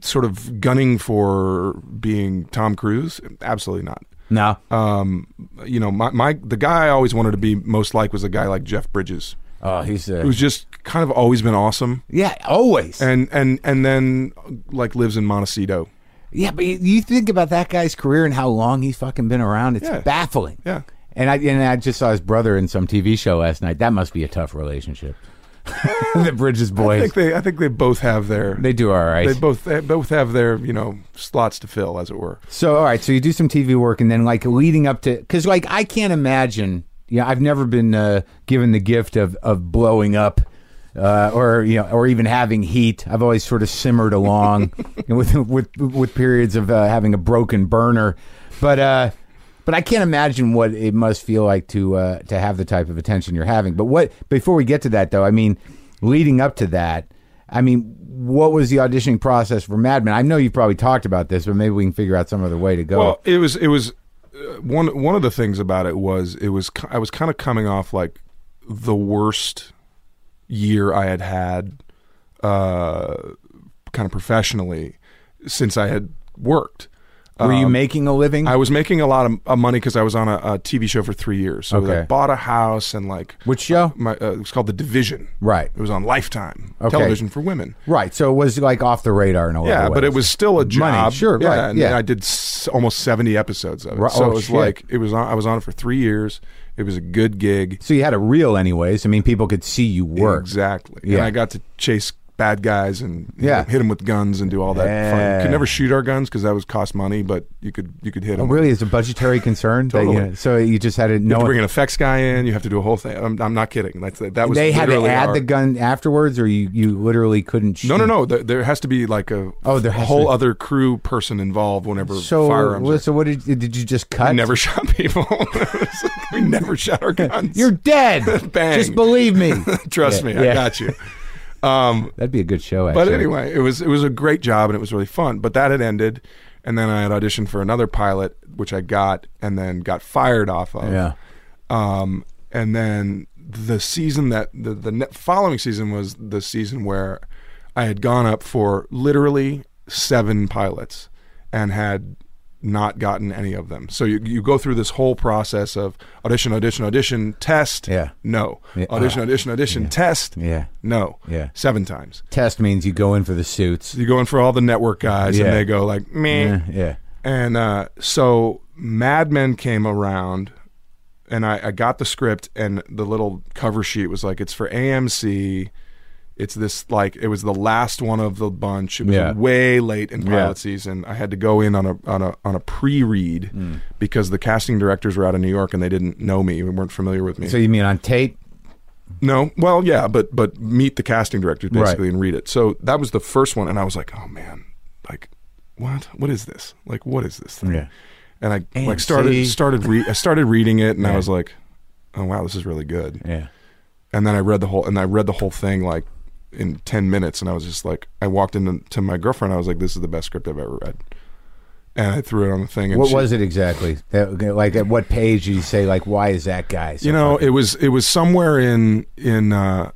sort of gunning for being Tom Cruise? Absolutely not. No. Um, you know, my, my the guy I always wanted to be most like was a guy like Jeff Bridges, Oh, he's uh, who's just kind of always been awesome, yeah, always. and and and then like lives in Montecito. yeah, but you- you think about that guy's career and how long he's fucking been around. It's Yeah. baffling. Yeah. And I and I just saw his brother in some TV show last night. That must be a tough relationship. (laughs) the Bridges I boys. think they I think they both have their they do all right. they both they both have their you know slots to fill, as it were. So all right, so you do some TV work, and then like leading up to, because like I can't imagine Yeah, I've never been uh, given the gift of of blowing up. Uh, or you know, or even having heat. I've always sort of simmered along, and with with with periods of uh, having a broken burner, but uh, but I can't imagine what it must feel like to uh, to have the type of attention you're having. But what before we get to that though, I mean, leading up to that, I mean, what was the auditioning process for Mad Men? I know you've probably talked about this, but maybe we can figure out some other way to go. Well, it was it was uh, one one of the things about it was it was ki- I was kind of coming off like the worst year I had had uh, kind of professionally since I had worked. Um, Were you making a living? I was making a lot of uh, money because I was on a, a TV show for three years. So I Okay. bought a house and like Which show? my uh, it was called The Division. Right. It was on Lifetime Okay. television for women. Right. So it was like off the radar in a lot of Yeah, but it ways. was still a job. sure, yeah, right, And yeah. I did s- almost seventy episodes of it, Ri- so oh, it was shit. like it was. On, I was on it for three years. It was a good gig. So you had a reel, anyways. I mean, people could see you work. Exactly. And Yeah. I got to chase bad guys and you Yeah. know, hit them with guns and do all that. Yeah. Oh, Fun. Could never shoot our guns because that was cost money, but you could you could hit them. Really, it's a budgetary concern. that, you Totally. know, so you just had to know. You have to bring it- an effects guy in. You have to do a whole thing. I'm, I'm not kidding. That's that was. they had to literally add our- the gun afterwards, or you, you literally couldn't. Shoot. No, no, no. There, there has to be like a Oh, there has to whole be- other crew person involved whenever So, firearms. well, are- so what did did you just (laughs) cut? We never shot people. (laughs) It's like, we never shot our guns. You're dead. Bang. Just believe me. (laughs) Trust Yeah, me, yeah. I got (laughs) you. Um, That'd be a good show. Actually. but anyway, it was it was a great job and it was really fun. But that had ended, and then I had auditioned for another pilot, which I got, and then got fired off of. Yeah. Um, and then the season that the the ne- following season was the season where I had gone up for literally seven pilots and had not gotten any of them. So you you go through this whole process of audition, audition, audition, test, Yeah. no, Yeah, audition, audition, audition, test, Yeah. no, Yeah. seven times. Test means you go in for the suits. You go in for all the network guys, Yeah. and they go like, meh, Yeah. yeah. and uh, so Mad Men came around, and I, I got the script, and the little cover sheet was like, it's for AMC. It's this like it was the last one of the bunch. It was Yeah. way late in pilot Yeah. season. I had to go in on a on a on a pre-read Mm. because the casting directors were out of New York and they didn't know me and weren't familiar with me. So you mean on tape? No, well, yeah, but but meet the casting directors basically Right. and read it. So that was the first one, and I was like, oh man, like what? What is this? Like what is this thing? Yeah. And I like AMC. started started re- I started reading it, and I was like, oh wow, this is really good. Yeah. And then I read the whole and I read the whole thing like in ten minutes, and I was just like, I walked into to my girlfriend, I was like, this is the best script I've ever read, and I threw it on the thing. And What she- was it exactly? That- like, at what page did you say, like, why is that guy? So you know fucking- it was it was somewhere in in uh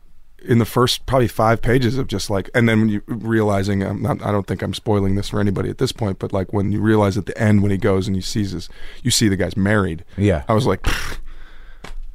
in the first probably five pages of just like and then when you realizing I'm not, I don't think I'm spoiling this for anybody at this point but like when you realize at the end when he goes and he sees this you see the guy's married Yeah. I was like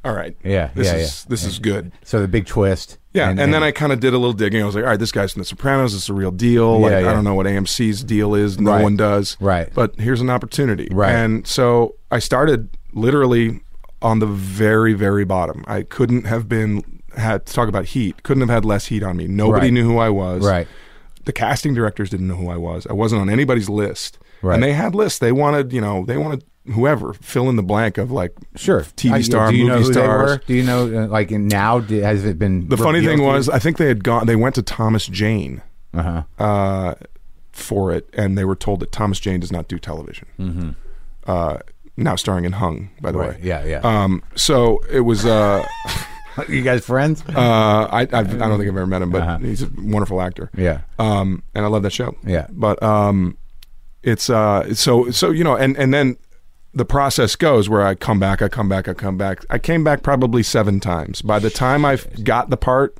all right Yeah, this yeah, is yeah. this is good so the big twist. yeah, and, then I kind of did a little digging. I was like, all right, this guy's from The Sopranos. It's a real deal. Yeah, like, yeah. I don't know what AMC's deal is. No Right. one does. Right. But here's an opportunity. Right. And so I started literally on the very, very bottom. I couldn't have been had talk about heat. Couldn't have had less heat on me. Nobody Right. knew who I was. Right. The casting directors didn't know who I was. I wasn't on anybody's list. Right. And they had lists. They wanted, you know, they wanted whoever fill in the blank of like Sure. I- TV star, do you movie know who stars. They were? Do you know, uh, like, and now d- has it been? The funny revealed thing to you? was, I think they had gone. They went to Thomas Jane Uh-huh. uh, for it, and they were told that Thomas Jane does not do television. Mm-hmm. Uh, now starring in Hung, by the Right. way. Yeah, yeah. Um, so it was. Uh, (laughs) you guys friends? uh, I, I've, I don't think I've ever met him, but Uh-huh. he's a wonderful actor. yeah. Um, and I love that show. Yeah. But um, it's uh, so so you know, and and then the process goes where I come back, I come back, I come back. I came back probably seven times. By the time I got the part,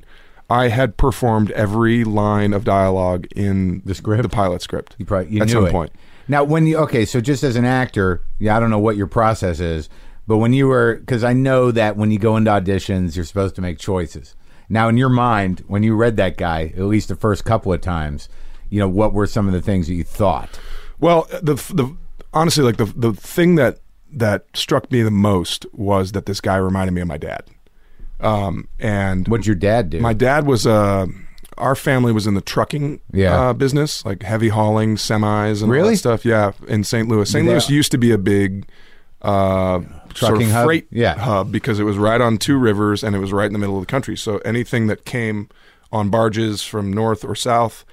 I had performed every line of dialogue in The script? the pilot script. You probably you at knew some it. point. Now, when you okay, so just as an actor, yeah, I don't know what your process is, but when you were because I know that when you go into auditions, you're supposed to make choices. Now, in your mind, when you read that guy, at least the first couple of times, you know what were some of the things that you thought? Well, the the honestly, like the the thing that that struck me the most was that this guy reminded me of my dad. Um, and What'd your dad do? My dad was uh, our family was in the trucking Yeah. uh, business, like heavy hauling semis and all Really? that stuff. Yeah, in St. Louis. St. they- Louis used to be a big uh, sort Trucking of hub? freight Yeah. hub because it was right on two rivers and it was right in the middle of the country. So anything that came on barges from north or south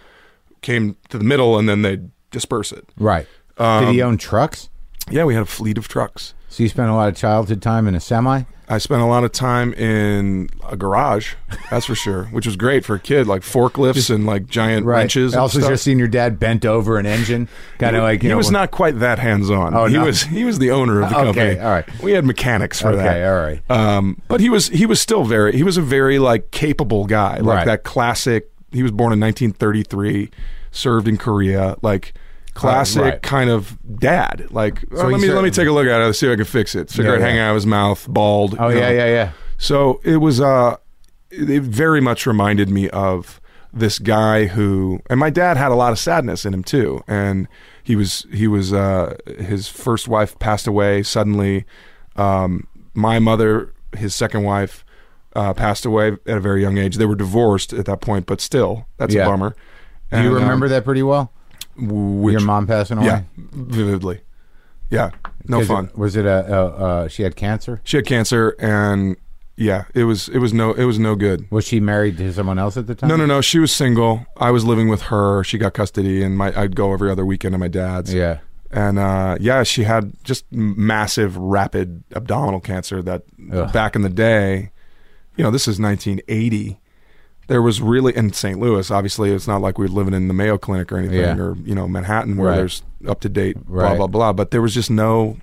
came to the middle and then they'd disperse it. Right. Did Um, he own trucks? Yeah, we had a fleet of trucks. So you spent a lot of childhood time in a semi? I spent a lot of time in a garage, that's for sure, which was great for a kid, like forklifts and like giant wrenches. and Also, stuff. just seen your dad bent over an engine, kind of like (laughs) you he know, was not quite that hands on. Oh, he no. was he was the owner of the Okay, company. all right. We had mechanics for Okay, that. all right. Um, but he was he was still very he was a very like capable guy. Like Right. that classic. He was born in 1933, served in Korea. Like classic right. kind of dad. Like "Oh, he let me cer- let me take a look at it. See if I can fix it. Cigarette yeah. hanging out of his mouth, bald. Oh you yeah, know. yeah, yeah. So it was. Uh, it very much reminded me of this guy who, and my dad had a lot of sadness in him too. And he was he was uh, his first wife passed away suddenly. Um, my mother, his second wife, uh, passed away at a very young age. They were divorced at that point, but still, that's Yeah. a bummer. Do you And, um, remember that pretty well? which, your mom passing away? Yeah, vividly. Yeah, no 'Cause fun. It, was it a, a uh, she had cancer? she had cancer, and yeah, it was it was no it was no good. Was she married to someone else at the time? No, no, no. She was single. I was living with her. She got custody, and my I'd go every other weekend to my dad's. Yeah. and uh, yeah, she had just m- massive, rapid abdominal cancer. That Ugh. back in the day, you know, this is 1980. There was really in St. Louis. Obviously, it's not like we were living in the Mayo Clinic or anything, Yeah. or you know, Manhattan where Right. there's up to date, Right. blah blah blah. But there was just no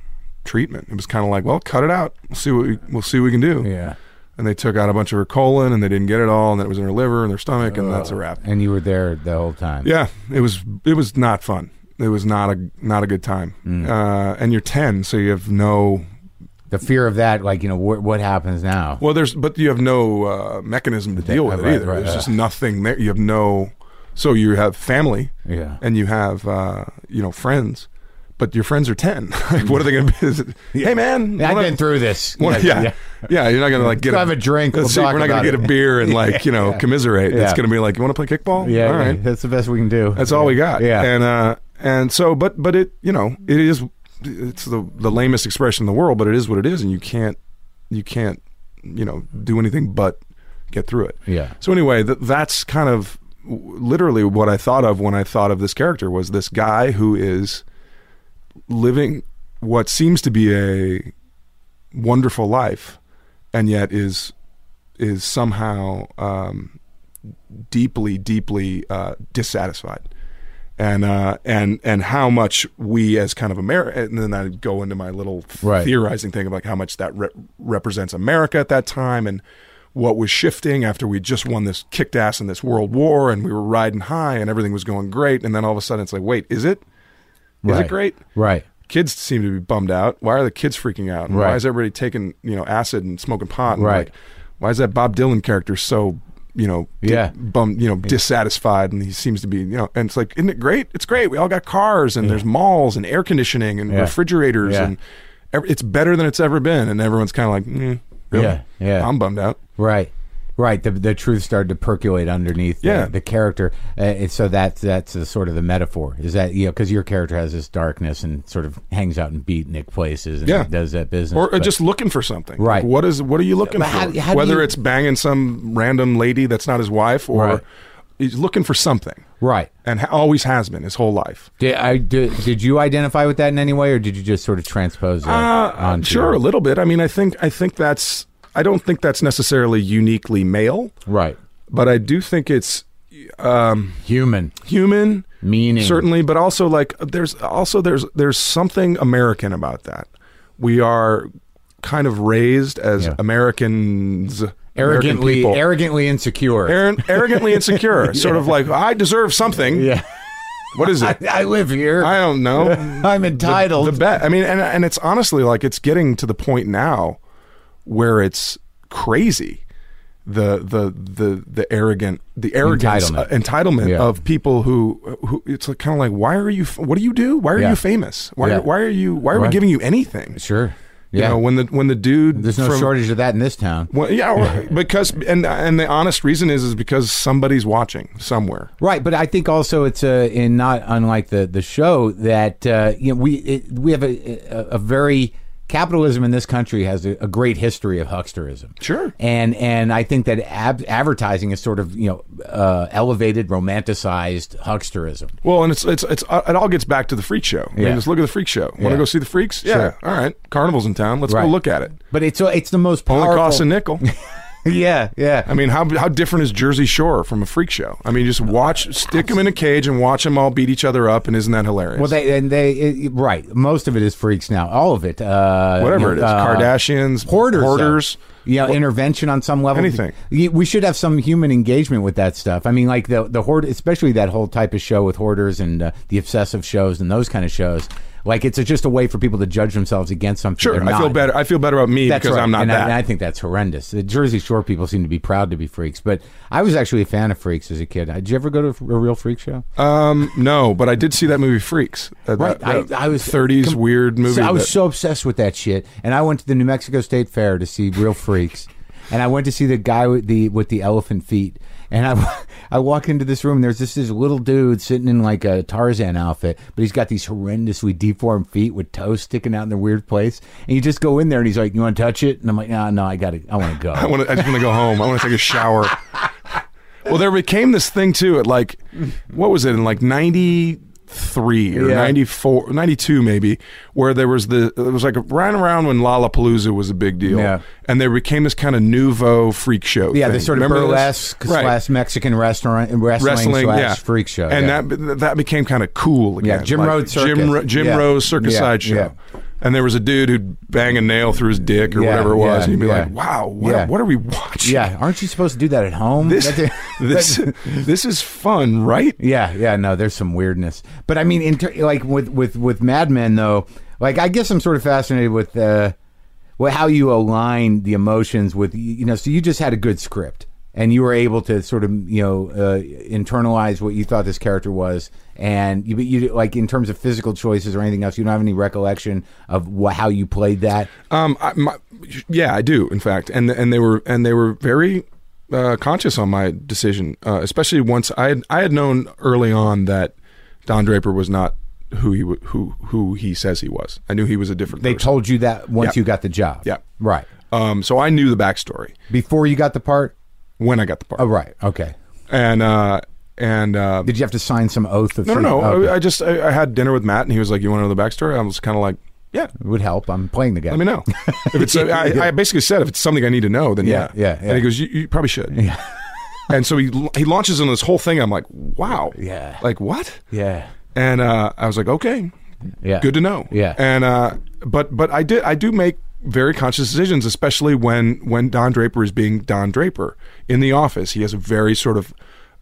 treatment. It was kind of like, well, cut it out. We'll see what we, we'll see what we can do. Yeah. And they took out a bunch of her colon, and they didn't get it all, and it was in her liver and her stomach, and that's a wrap. And you were there the whole time. Yeah, it was it was not fun. It was not a not a good time. Mm. Uh, and you're 10, so you have no The fear of that, like you know, wh- what happens now? well. There's but you have no uh, mechanism to deal with it right, either. right, there's yeah. just nothing there. You have no. So you have family, Yeah. and you have uh, you know friends, but your friends are 10. (laughs) like, what are they going to be? is it, Hey man, I've wanna- been through this. (laughs) wanna- yeah, yeah, you're not going (laughs) to like get go have a drink, Let's we'll see, talk we're not going about to get a it. beer and (laughs) like you know commiserate. Yeah. It's going to be like you want to play kickball. Yeah, all right. that's the best we can do. That's all we got. Yeah. And uh and so but but it you know, it is it's the the lamest expression in the world, but it is what it is and you can't you can't you know, do anything but get through it. Yeah. So anyway, th- that's kind of w- literally what I thought of when I thought of this character was this guy who is living what seems to be a wonderful life and yet is is somehow um, deeply deeply uh, dissatisfied and uh, and and how much we as kind of America and then I go into my little Right. theorizing thing of like how much that re- represents America at that time and what was shifting after we just won this kicked ass in this world war and we were riding high and everything was going great and then all of a sudden it's like wait is it is Right. it great Right. kids seem to be bummed out. Why are the kids freaking out? And Right. Why is everybody taking you know acid and smoking pot? And Right. Like, why is that Bob Dylan character so you know di- Yeah. bum you know dissatisfied and he seems to be you know and it's like isn't it great? It's great. We all got cars and there's malls and air conditioning and Yeah. refrigerators Yeah. and ev- it's better than it's ever been. And everyone's kind of like, mm, really? Yeah, yeah. I'm bummed out. Right. Right, the the truth started to percolate underneath the, Yeah. the character, uh, and so that's that's the sort of the metaphor is that you know because your character has this darkness and sort of hangs out in beatnik places and Yeah. does that business Or uh but- just looking for something. Right. Like, what is what are you looking But how- for? how do Whether you- it's banging some random lady that's not his wife or Right. he's looking for something. right. and ha- always has been his whole life. Did I did, did you identify with that in any way, or did you just sort of transpose it Uh, onto sure, a little bit. I mean, I think I think that's I don't think that's necessarily uniquely male, right but I do think it's um, human human meaning? certainly, but also like there's also there's there's something American about that. We are kind of raised as Yeah. Americans, American arrogantly people. arrogantly insecure. Arrogant- arrogantly (laughs) insecure, sort of like I deserve something. yeah, (laughs) What is it? I live (laughs) here. I don't (laughs) know. I'm entitled. the bet. I mean, and and it's honestly like it's getting to the point now where it's crazy. The the the the arrogant the arrogance Entitlement. uh, entitlement Yeah. of people who who it's like kind of like why are you f- what do you do why are Yeah. you famous why Yeah. why are you why are Right. we giving you anything sure. you Yeah. know when the when the dude There's no from- shortage of that in this town. well, yeah (laughs) or- because and and the honest reason is is because somebody's watching somewhere Right, but I think also it's uh, in not unlike the the show that uh, you know we it, we have a, a, a very capitalism in this country has a, a great history of hucksterism. Sure. And and I think that ab- advertising is sort of you know uh, elevated, romanticized hucksterism. Well, and it's it's it's uh, it all gets back to the freak show. I mean, Yeah. just look at the freak show. Want to Yeah. go see the freaks? Yeah. All right. Carnival's in town. Let's Right. go look at it. But it's uh, it's the most Only powerful. costs a nickel. (laughs) yeah, yeah. I mean, how how different is Jersey Shore from a freak show? I mean, just watch, stick them in a cage and watch them all beat each other up, and isn't that hilarious? Well, they and they it, right. Most of it is freaks now. All of it. Uh, Whatever it is, uh, Kardashians, Hoarders, though. hoarders. Yeah, intervention on some level. anything. Y- We should have some human engagement with that stuff. I mean, like the the hoard, especially that whole type of show with hoarders and uh, the obsessive shows and those kind of shows. Like it's a, just a way for people to judge themselves against something. Sure, they're I feel not. better. I feel better about me That's because right. I'm not and I, that. and I think that's horrendous. The Jersey Shore people seem to be proud to be freaks, but I was actually a fan of freaks as a kid. Uh, Did you ever go to a real freak show? um, no, but I did see that movie Freaks. Uh, Right, that- I- I was- 30s com- weird movie. So I was that- so obsessed with that shit, and I went to the New Mexico State Fair to see Real Freaks, (laughs) and I went to see the guy with the with the elephant feet, and I (laughs) wa- I walk into this room, and there's just this little dude sitting in like a Tarzan outfit, but he's got these horrendously deformed feet with toes sticking out in the weird place, and you just go in there, and he's like, "You want to touch it?" And I'm like, "No, no, I got to, I want (laughs) to go." I want to. I just want to go home. I want to take a shower. Well, there became this thing too. At like, what was it in like ninety three or Yeah. 94 92 maybe where there was the it was like right around when Lollapalooza was a big deal Yeah. and there became this kind of nouveau freak show yeah, thing. this sort of Remember this? burlesque Right. slash Mexican restaurant wrestling, wrestling slash yeah freak show, and yeah. that that became kind of cool again. Yeah, Jim Rhodes Circus. Jim, Ro- Jim Yeah. Rhodes circus Yeah, sideshow yeah. and there was a dude who'd bang a nail through his dick or Yeah, whatever it was yeah, and you'd be yeah. like wow what, Yeah. what are we watching Yeah, aren't you supposed to do that at home? this That's- this (laughs) this is fun, right? (laughs) Yeah, yeah, no, there's some weirdness, but I mean, in ter- like with with with Mad Men though, like I guess I'm sort of fascinated with uh, well, how you align the emotions with you know. So you just had a good script, and you were able to sort of you know uh, internalize what you thought this character was, and you but you like in terms of physical choices or anything else, you don't have any recollection of wha- how you played that. Um, I, my, yeah, I do, in fact, and and they were and they were very uh, conscious on my decision, uh, especially once I had, I had known early on that Don Draper was not who he wa- who who he says he was. I knew he was a different. They person. told you that once Yeah. you got the job. Yeah. right um, so I knew the backstory before you got the part. when I got the part, Oh, right, okay. and uh, and uh, Did you have to sign some oath of no, no, no. Okay. I, I just I, I had dinner with Matt, and he was like, "You want to know the backstory?" I was kind of like, "Yeah, It would help. I'm playing the guy. Let me (laughs) know. If it's, I, I basically said if it's something I need to know, then Yeah, yeah, yeah, yeah. And he goes, you, you probably should. Yeah. (laughs) and so he he launches into this whole thing. I'm like, wow. Yeah. Like what? Yeah. And uh, I was like, okay, Yeah. good to know. Yeah. And uh, but but I did I do make very conscious decisions, especially when when Don Draper is being Don Draper in the office. He has a very sort of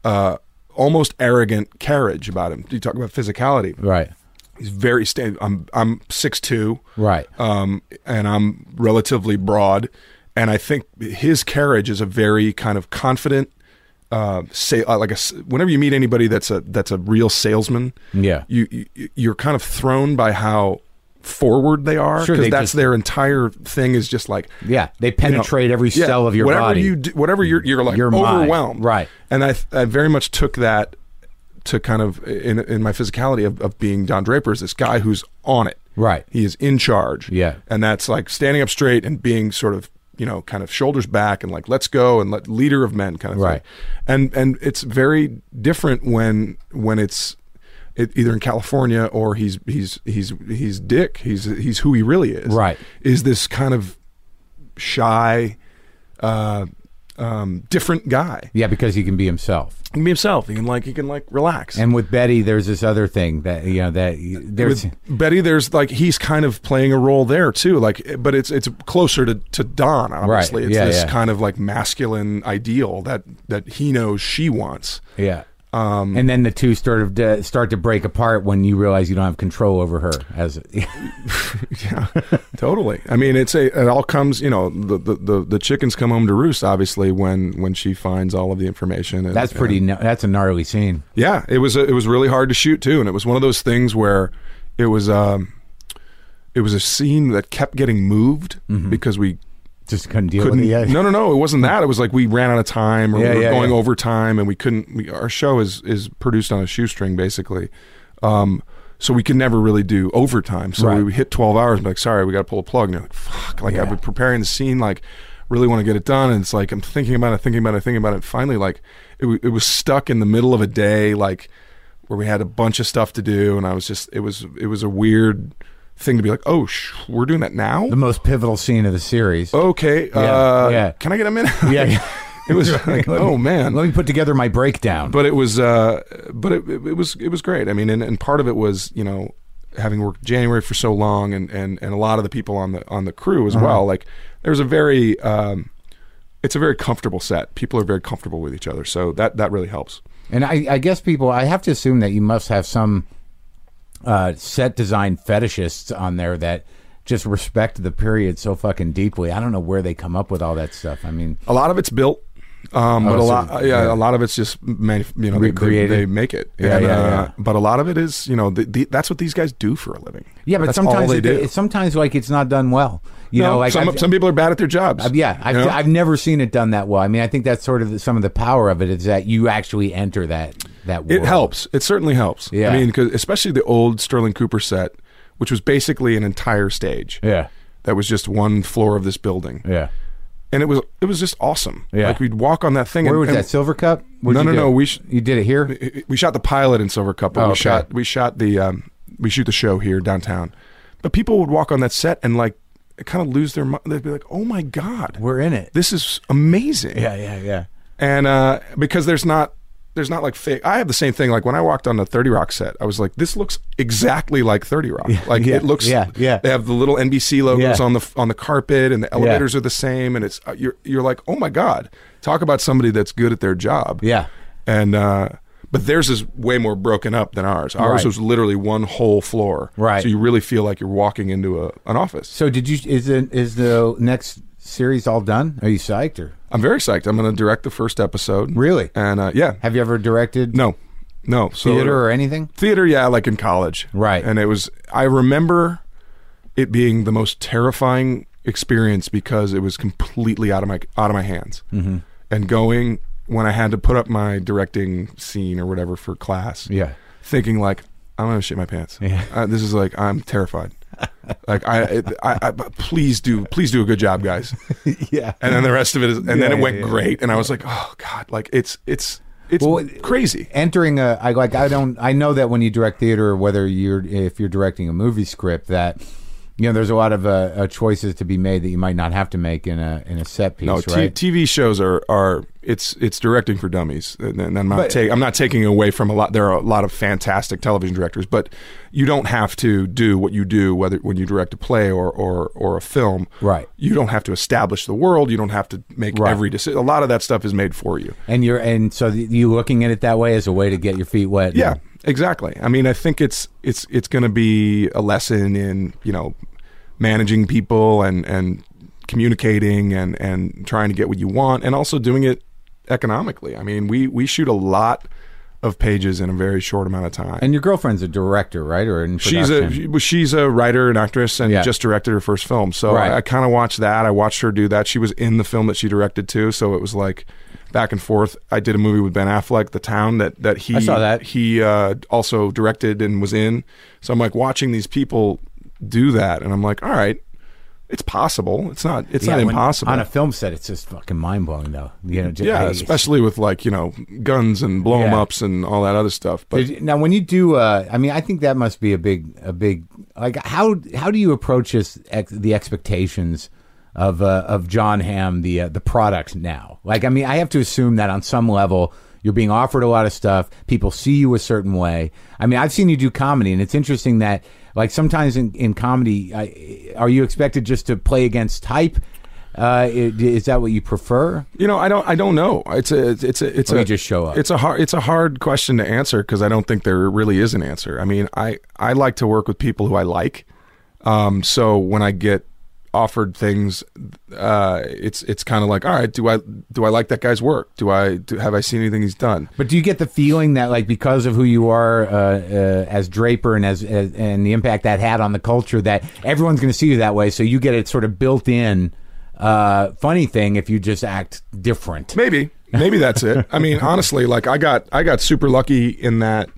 uh, almost arrogant carriage about him. You talk about physicality. Right. He's very sta I'm I'm six two. Right. Um, and I'm relatively broad, and I think his carriage is a very kind of confident. Uh, say uh, like a s whenever you meet anybody that's a that's a real salesman. Yeah. You, you you're kind of thrown by how forward they are Sure, because they that's just- their entire thing is just like Yeah. They penetrate every yeah, cell of your whatever body. You do, whatever you're, you're like Your mind. overwhelmed, Right. And I, I very much took that to kind of in in my physicality of, of being Don Draper is this guy who's on it, Right. He is in charge, Yeah. And that's like standing up straight and being sort of you know kind of shoulders back and like let's go and let leader of men kind of Right. thing. And and it's very different when when it's. It, either in California or he's he's he's he's Dick. He's he's who he really is. Right. Is this kind of shy, uh, um, different guy. yeah, because he can be himself. He can be himself. He can like he can like relax. And with Betty, there's this other thing that you know that there's with Betty, there's like he's kind of playing a role there too. Like, but it's it's closer to to Don. Obviously, Right. it's Yeah, this yeah. kind of like masculine ideal that that he knows she wants. yeah. Um, and then the two sort of de- start to break apart when you realize you don't have control over her. As (laughs) Yeah, totally. I mean, it's a it all comes. You know, the, the the the chickens come home to roost. Obviously, when when she finds all of the information. And, that's pretty. gna- that's a gnarly scene. Yeah, it was it was really hard to shoot too, and it was one of those things where it was um, it was a scene that kept getting moved because we Just couldn't deal couldn't. with it. No, no, no, it wasn't that. It was like we ran out of time, or Yeah, we were yeah, going yeah. overtime, and we couldn't. We, our show is is produced on a shoestring basically, um, So we could never really do overtime. So Right. we would hit 12 hours and be like, sorry, we got to pull a plug. And you're like, fuck, like I've been preparing the scene, like really want to get it done. And it's like, I'm thinking about it, thinking about it, thinking about it. Finally, like it, w- it was stuck in the middle of a day, like where we had a bunch of stuff to do. And I was just, it was, it was a weird thing to be like, oh, sh- we're doing that now? The most pivotal scene of the series. Oh. okay. Yeah, uh, yeah. Can I get a minute? (laughs) yeah. it was (laughs) Right. like, Let me- oh man. Let me put together my breakdown. but it was uh but it, it was it was great i mean and, and part of it was you know having worked january for so long and and and a lot of the people on the on the crew as Uh-huh. well like there's a very um it's a very comfortable set people are very comfortable with each other so that that really helps And I, I guess people, I have to assume that you must have some uh, set design fetishists on there that just respect the period so fucking deeply. I don't know where they come up with all that stuff. I mean, a lot of it's built um, but a Oh, so- lot, yeah, a lot of it's just manu- you know they- they, Recreated. they make it. Yeah, And, yeah, uh, yeah. But a lot of it is you know the, the, that's what these guys do for a living. yeah, but That's all sometimes they it- do. it's sometimes like it's not done well. You No, know, like some I've- some people are bad at their jobs. yeah, I've, you know? I've never seen it done that well. I mean, I think that's sort of the, some of the power of it is that you actually enter that that world. It helps. It certainly helps. Yeah. I mean, 'cause- especially the old Sterling Cooper set, which was basically an entire stage. Yeah, That was just one floor of this building, yeah. and it was it was just awesome. Yeah. Like we'd walk on that thing. Where and, was and that silver cup? Where'd No, you no, do no, it? we sh- you did it here. it- it- We shot the pilot in Silver Cup, but Oh, we okay. shot we shot the um, we shoot the show here downtown. But people would walk on that set and like kind of lose their mind. They'd be like, "Oh my god, We're in it. this is amazing!" Yeah, yeah, yeah. and uh, because there's not there's not like fake. I have the same thing. Like when I walked on the Thirty Rock set, I was like, this looks exactly like Thirty Rock. like yeah, it looks. yeah, yeah. They have the little NBC logos Yeah. on the on the carpet, and the elevators are the same. And it's uh, you're you're like, oh my god, talk about somebody that's good at their job. Yeah. And uh, but theirs is way more broken up than ours. Ours Right. was literally one whole floor. Right. So you really feel like you're walking into a, an office. So did you? Is it is the next series all done? Are you psyched or I'm very psyched. I'm going to direct the first episode. Really? And uh, yeah. have you ever directed no. No. So theater or anything? theater yeah like in college Right. and it was i remember it being the most terrifying experience because it was completely out of my out of my hands mm-hmm. and going when i had to put up my directing scene or whatever for class Yeah. thinking like i'm gonna shit my pants yeah. uh, this is like i'm (laughs) terrified like I, it- I, I, please do, please do a good job, guys. (laughs) Yeah. And then the rest of it is, and then (laughs) Yeah, it went yeah, yeah. great, and I was like, oh god, like it's, it's, it's Well, crazy. Entering a, I like, I don't, I know that when you direct theater, whether you're, if you're directing a movie script, that you know, there's a lot of uh, uh, choices to be made that you might not have to make in a in a set piece, No, t- right? TV shows are are it's it's directing for dummies, uh, and, and I'm not But- ta- I'm not taking away from a lot. There are a lot of fantastic television directors, but you don't have to do what you do whether when you direct a play or or or a film. Right. You don't have to establish the world. You don't have to make Right. every decision. A lot of that stuff is made for you. and you're, and so th- you looking at it that way as a way to get your feet wet. Yeah, exactly. I mean, I think it's it's it's going to be a lesson in you know managing people and and communicating and and trying to get what you want and also doing it economically. I mean, we we shoot a lot of pages in a very short amount of time. And your girlfriend's a director, right? Or in she's production. a she- she's a writer and actress and Yeah. just directed her first film. So Right. I, I kind of watched that. I watched her do that. She was in the film that she directed too. So it was like back and forth. I did a movie with Ben Affleck, The Town, that that he I saw that. he uh, also directed and was in. So I'm like watching these people do that, and I'm like, all right, it's possible. It's not it's Yeah, not when- impossible. on a film set. It's just fucking mind blowing, though. You know, just, yeah, hey, it's- especially with like you know guns and blow 'em Yeah. ups and all that other stuff. But Did you- now, when you do, uh, I mean, I think that must be a big, a big, like how how do you approach this, ex, the expectations of uh, of John Hamm, the uh, the product now? Like, I mean, I have to assume that on some level you're being offered a lot of stuff. People see you a certain way. I mean, I've seen you do comedy, and it's interesting that like sometimes in, in comedy, I, are you expected just to play against type? Uh, i- is that what you prefer? You know, I don't. I don't know. It's a. It's a. It's a. It's Or a you just show up. It's a hard. It's a hard question to answer because I don't think there really is an answer. I mean, I I like to work with people who I like. Um. So when I get offered things, uh, it's it's kind of like, all right, do I do I like that guy's work? Do I do, have I seen anything he's done? But do you get the feeling that, like, because of who you are uh, uh, as Draper and as, as and the impact that had on the culture, that everyone's going to see you that way? So you get it sort of built in uh, funny thing if you just act different. Maybe. Maybe that's it. I mean, honestly, like I got I got super lucky in that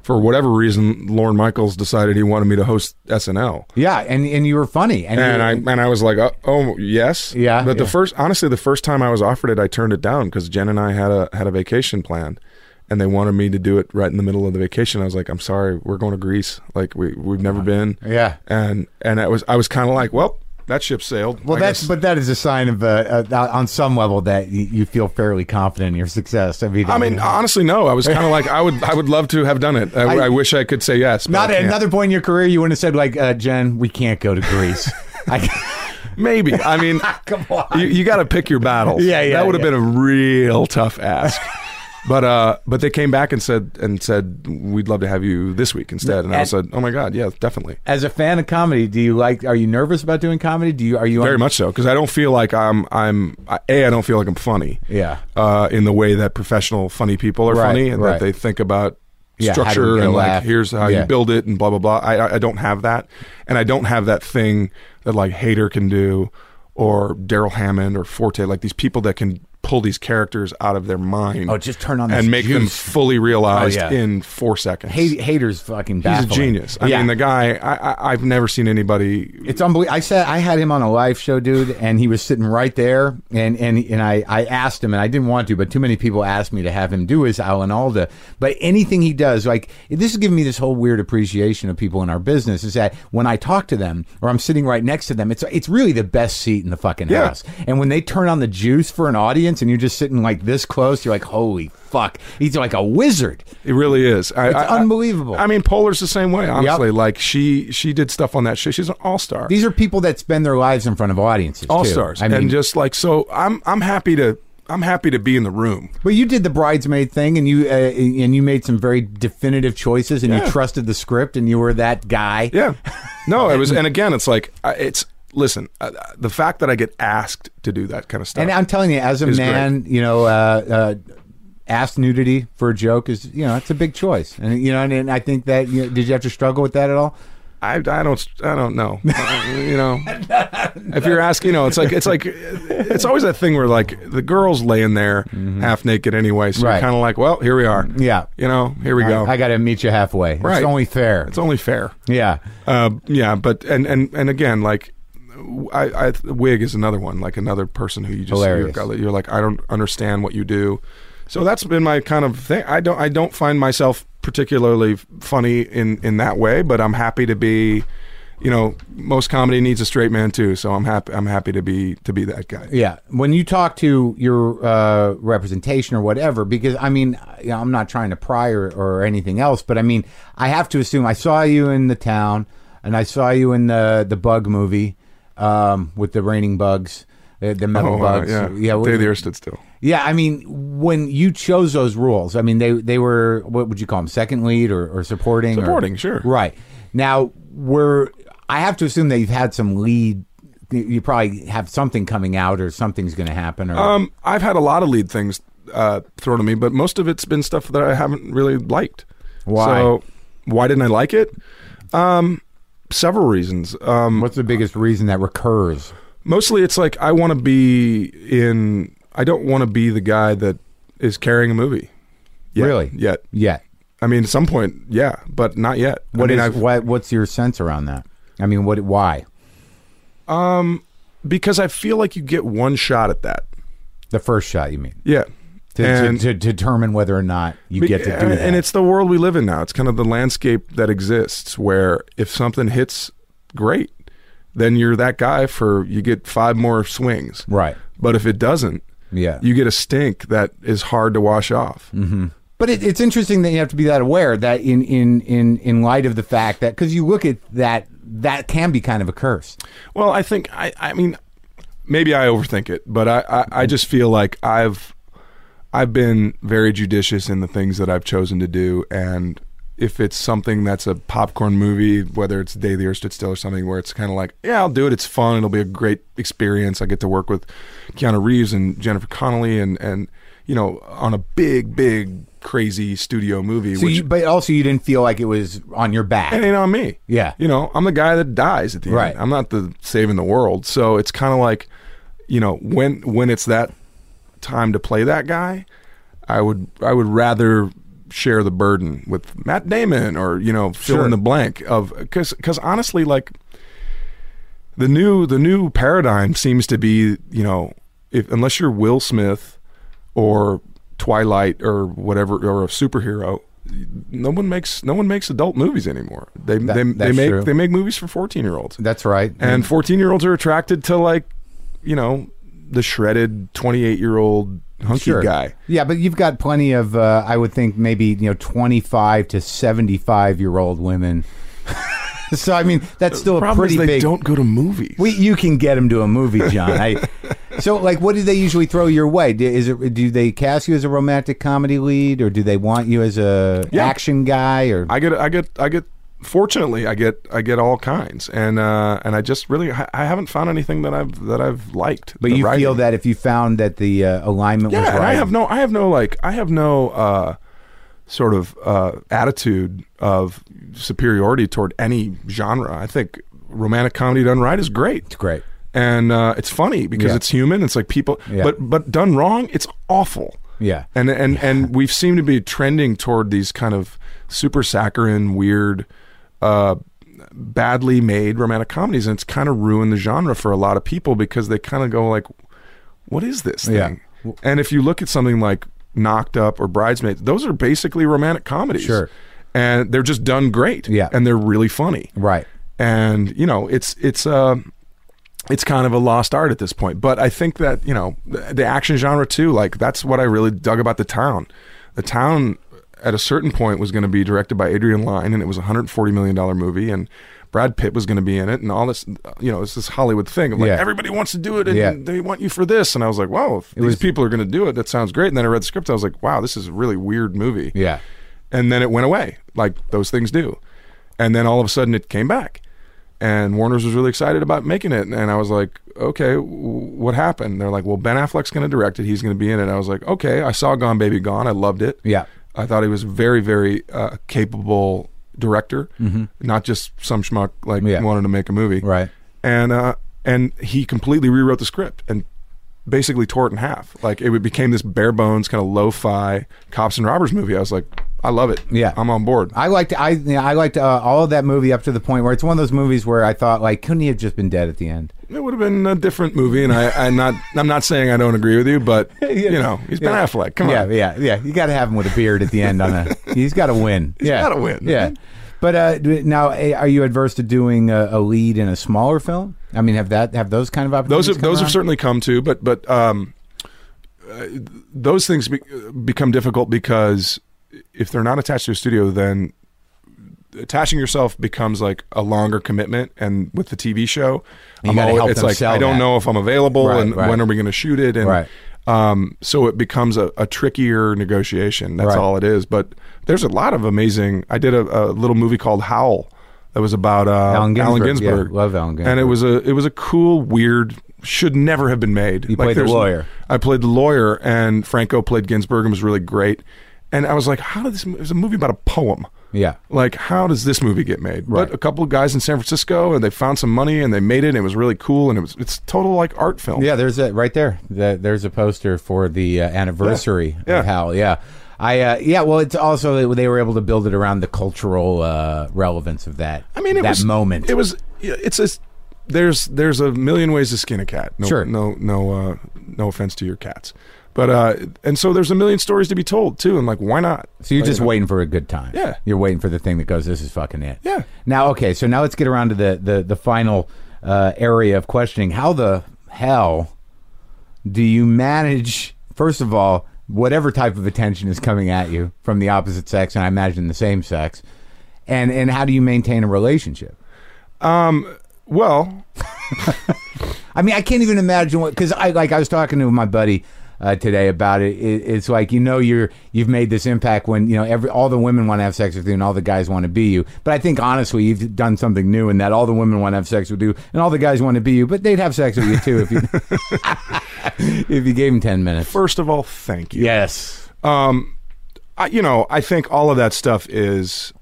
for whatever reason, Lorne Michaels decided he wanted me to host SNL. Yeah, and and you were funny, and, And I you- and I was like, oh, oh, yes, Yeah, But the yeah. first, honestly, the first time I was offered it, I turned it down because Jen and I had a had a vacation planned, and they wanted me to do it right in the middle of the vacation. I was like, I'm sorry, we're going to Greece. Like we we've never been. Yeah. and and I was I was kind of like, well, that ship sailed. well, I that's guess." but that is a sign of uh, uh, on some level that you, you feel fairly confident in your success. I mean, uh, I mean, honestly, no. I was kind of like, I would, I would love to have done it. I, (laughs) I- I wish I could say yes. but not I at can't. another point in your career you would have said like, uh, Jen, we can't go to (laughs) Greece. I, Maybe. I mean, come on. you, you got to pick your battles. Yeah, yeah, That would have yeah. been a real tough ask. (laughs) but uh, but they came back and said and said we'd love to have you this week instead. And I And- said, oh my god, yeah, definitely, As a fan of comedy, do you like? Are you nervous about doing comedy? Do you? Are you very much so because I don't feel like I'm I'm I- a I don't feel like I'm funny. Yeah. Uh, in the way that professional funny people are Right, funny and right. that they think about. Yeah, how do we structure get a and like laugh? here's how Yeah. you build it and blah blah blah I, I I don't have that and I don't have that thing that like Hater can do or Daryl Hammond or Forte like these people that can pull these characters out of their mind Oh, just turn on this and make them juice. fully realized Oh, yeah. in four seconds Hate, haters fucking. he's a baffling. genius I Yeah. mean the guy I, I, I've never seen anybody It's unbelievable. I said I had him on a live show, dude, and he was sitting right there. And and and I I asked him, and I didn't want to, but too many people asked me to have him do his Alan Alda. But anything he does, like this is giving me this whole weird appreciation of people in our business. Is that when I talk to them or I'm sitting right next to them, it's it's really the best seat in the fucking Yeah. house. And when they turn on the juice for an audience, and you're just sitting like this close, you're like, holy fuck, he's like a wizard. It really is. I, It's I- I- unbelievable. I, mean, Polar's the same way. Honestly, like she she did stuff on that shit. She's an all star. These are people that spend their lives in front of audiences. too. All stars, I mean, and just like so, I'm I'm happy to I'm happy to be in the room. Well, you did the bridesmaid thing, and you uh, and you made some very definitive choices, and you Yeah. trusted the script, and you were that guy. Yeah. No, it was, and again, it's like I- it's. Listen, uh, the fact that I get asked to do that kind of stuff. And I'm telling you, as a It's man, you know, uh, uh, ass nudity for a joke is, you know, it's a big choice, and you know, and, and I think that you know, did you have to struggle with that at all? I, I don't I don't (laughs) know. Uh, you know, if you're asking, you know, it's like it's like it's always that thing where like the girls laying there half naked anyway, so Mm-hmm. Right. you're kind of like, well, here we are. Yeah. you know, here we go. I, got to meet you halfway. Right. It's only fair. it's only fair. yeah. Uh, yeah, but and and and again, like. I, I wig is another one, like another person who you just Hilarious. You're, you're like I don't understand what you do, so that's been my kind of thing. I don't I don't find myself particularly f- funny in in that way, but I'm happy to be, you know, most comedy needs a straight man too, so I'm happy I'm happy to be to be that guy. Yeah, when you talk to your uh, representation or whatever, because I mean, you know, I'm not trying to pry or, or anything else, but I mean, I have to assume I saw you in the town, and I saw you in the the bug movie um, with the raining bugs, the, the metal Oh, uh, bugs. yeah, yeah, Day what- the Earth Stood Still. yeah. I mean, when you chose those roles, I mean, they they were what would you call them? Second lead or, or supporting? or- Supporting, sure. Right now, we're I have to assume that you've had some lead. You- You probably have something coming out, or something's going to happen. Or Um, I've had a lot of lead things uh, thrown at me, but most of it's been stuff that I haven't really liked. Why? So, why didn't I like it? Um, several reasons. Um, what's the biggest reason that recurs? mostly, it's like I want to be in. I don't want to be the guy that is carrying a movie. Yet- Really? Yet. Yeah. I mean, at some point, yeah, but not yet. What I is mean, I've- what? What's your sense around that? I mean, what? Why because I feel like you get one shot at that. the first shot? You mean Yeah. to, And- to, to determine whether or not you Be- get to do and, that? and it's the world we live in now. It's kind of the landscape that exists where if something hits great, then you're that guy for you get five more swings. right. But if it doesn't, Yeah. you get a stink that is hard to wash off. But it, it's interesting that you have to be that aware that in in in in light of the fact that because you look at that that can be kind of a curse. Well, I think I, I mean, maybe I overthink it, but I, I, I just feel like I've I've been very judicious in the things that I've chosen to do, and if it's something that's a popcorn movie, whether it's Day the Earth Stood Still or something, where it's kind of like, yeah, I'll do it. It's fun. It'll be a great experience. I get to work with Keanu Reeves and Jennifer Connelly, and and you know, on a big, big, crazy studio movie. So which you, but also you didn't feel like it was on your back. it ain't on me. Yeah. You know, I'm the guy that dies at the Right. end. I'm not the saving the world. So it's kind of like, you know, when when it's that time to play that guy, I would I would rather share the burden with Matt Damon or you know fill Sure. in the blank of because because honestly like the new the new paradigm seems to be you know if unless you're Will Smith or Twilight or whatever or a superhero no one makes no one makes adult movies anymore they they, they that's make true. Mm-hmm. they make movies for 14 year olds That's right. and 14 year olds are attracted to like you know the shredded 28 year old hunky guy Yeah, but you've got plenty of, uh, I would think, maybe you know, twenty-five to seventy-five-year-old women. (laughs) so I mean, that's still a problem is pretty they big. don't go to movies We, you can get them to a movie, (laughs) John. I, so, like, what do they usually throw your way? Do, is it do they cast you as a romantic comedy lead, or do they want you as a Yeah. action guy? Or I get I get I get fortunately I get I get all kinds and uh and I just really I, I haven't found anything that I've that I've liked but The you writing- feel that if you found that the uh, alignment was yeah right, and I have no I have no like I have no uh sort of uh attitude of superiority toward any genre I think romantic comedy done right is great it's great. and uh, it's funny because Yeah. it's human. It's like people, Yeah. but but done wrong, it's awful. Yeah. and and and we've seemed to be trending toward these kind of super saccharine, weird, uh, badly made romantic comedies, and it's kind of ruined the genre for a lot of people because they kind of go like, "What is this Yeah. thing?" And if you look at something like Knocked Up or Bridesmaids, those are basically romantic comedies. Sure. And they're just done great. Yeah. And they're really funny Right. and you know it's it's uh it's kind of a lost art at this point but i think that you know the, the action genre too like that's what i really dug about the town the town at a certain point was going to be directed by adrian lyne and it was a 140 million dollar movie and brad pitt was going to be in it and all this you know it's this hollywood thing of like Yeah. everybody wants to do it and Yeah. they want you for this and i was like wow if these was- people are going to do it that sounds great and then i read the script i was like wow this is a really weird movie Yeah. and then it went away like those things do and then all of a sudden it came back and warner's was really excited about making it and i was like okay w- what happened they're like well ben affleck's going to direct it he's going to be in it and i was like okay i saw gone baby gone i loved it Yeah. i thought he was very very uh, capable director not just some schmuck like Mm-hmm. Yeah. wanted to make a movie Right. and uh, and he completely rewrote the script and basically tore it in half. Like it became this bare bones kind of lo-fi cops and robbers movie. I was like, I love it. Yeah. I'm on board. I liked I you know, I liked uh, all of that movie up to the point where it's one of those movies where I thought like couldn't he have just been dead at the end? It would have been a different movie, and I, I'm not. I'm not saying I don't agree with you, (laughs) but you know, he's Ben Affleck. Come yeah, on. yeah, yeah. You got to have him with a beard at the end on a. (laughs) He's got to win. yeah, gotta win, Yeah. man. But uh, d- now, eh, are you adverse to doing a, a lead in a smaller film? I mean, have that have those kind of opportunities? those have come those around? have certainly come to, but but um, uh, those things be, become difficult because if they're not attached to a studio, then attaching yourself becomes like a longer commitment. And with the TV show, You gotta alwa- help it's them like sell I don't that. know if I'm available, Right, and right. when are we going to shoot it, and Right. um, so it becomes a, a trickier negotiation. That's Right. all it is. But there's a lot of amazing. I did a, a little movie called Howl. That was about uh, Allen Ginsberg, yeah. Ginsberg. Love And Allen it Ginsberg. was a it was a cool, weird, should never have been made. You played the lawyer. I played the lawyer, and Franco played Ginsberg, and was really great. And I was like, how did this? It was a movie about a poem. Yeah. Like, how does this movie get made? Right. But a couple of guys in San Francisco, and they found some money, and they made it. and It was really cool, and it was it's total like art film. Yeah, there's a right there. The, there's a poster for the uh, anniversary Yeah. of Hal. Yeah. I uh, yeah well it's also they were able to build it around the cultural uh, relevance of that I mean, it that was, moment It was. It's a. There's there's a million ways to skin a cat. No, Sure. No no uh, no offense to your cats, but uh, and so there's a million stories to be told too. And like, why not? So you're just waiting for a good time. Yeah. You're waiting for the thing that goes, this is fucking it. Yeah. Now, okay, so now let's get around to the, the, the final uh, area of questioning. How the hell do you manage, first of all, whatever type of attention is coming at you from the opposite sex, and I imagine the same sex, and, and how do you maintain a relationship? Well, I mean, I can't even imagine what because I like I was talking to my buddy uh, today about it. it. It's like you know you're you've made this impact when you know every all the women want to have sex with you and all the guys want to be you. But I think honestly, you've done something new in that all the women want to have sex with you and all the guys want to be you, but they'd have sex with you too if you (laughs) if you gave them ten minutes. first of all, thank you. Um, Yes. I, you know, I think all of that stuff is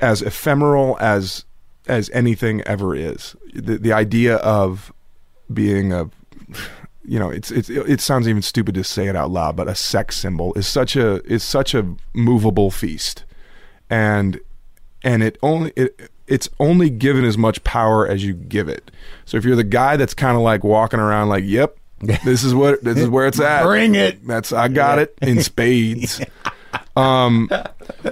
as ephemeral as as anything ever is. The, the idea of being a you know, it's it's it sounds even stupid to say it out loud, but a sex symbol is such a is such a movable feast, and and it only it it's only given as much power as you give it. So if you're the guy that's kind of like walking around like, yep, this is what this is where it's at. (laughs) Bring it. That's I got it in (laughs) spades. Um,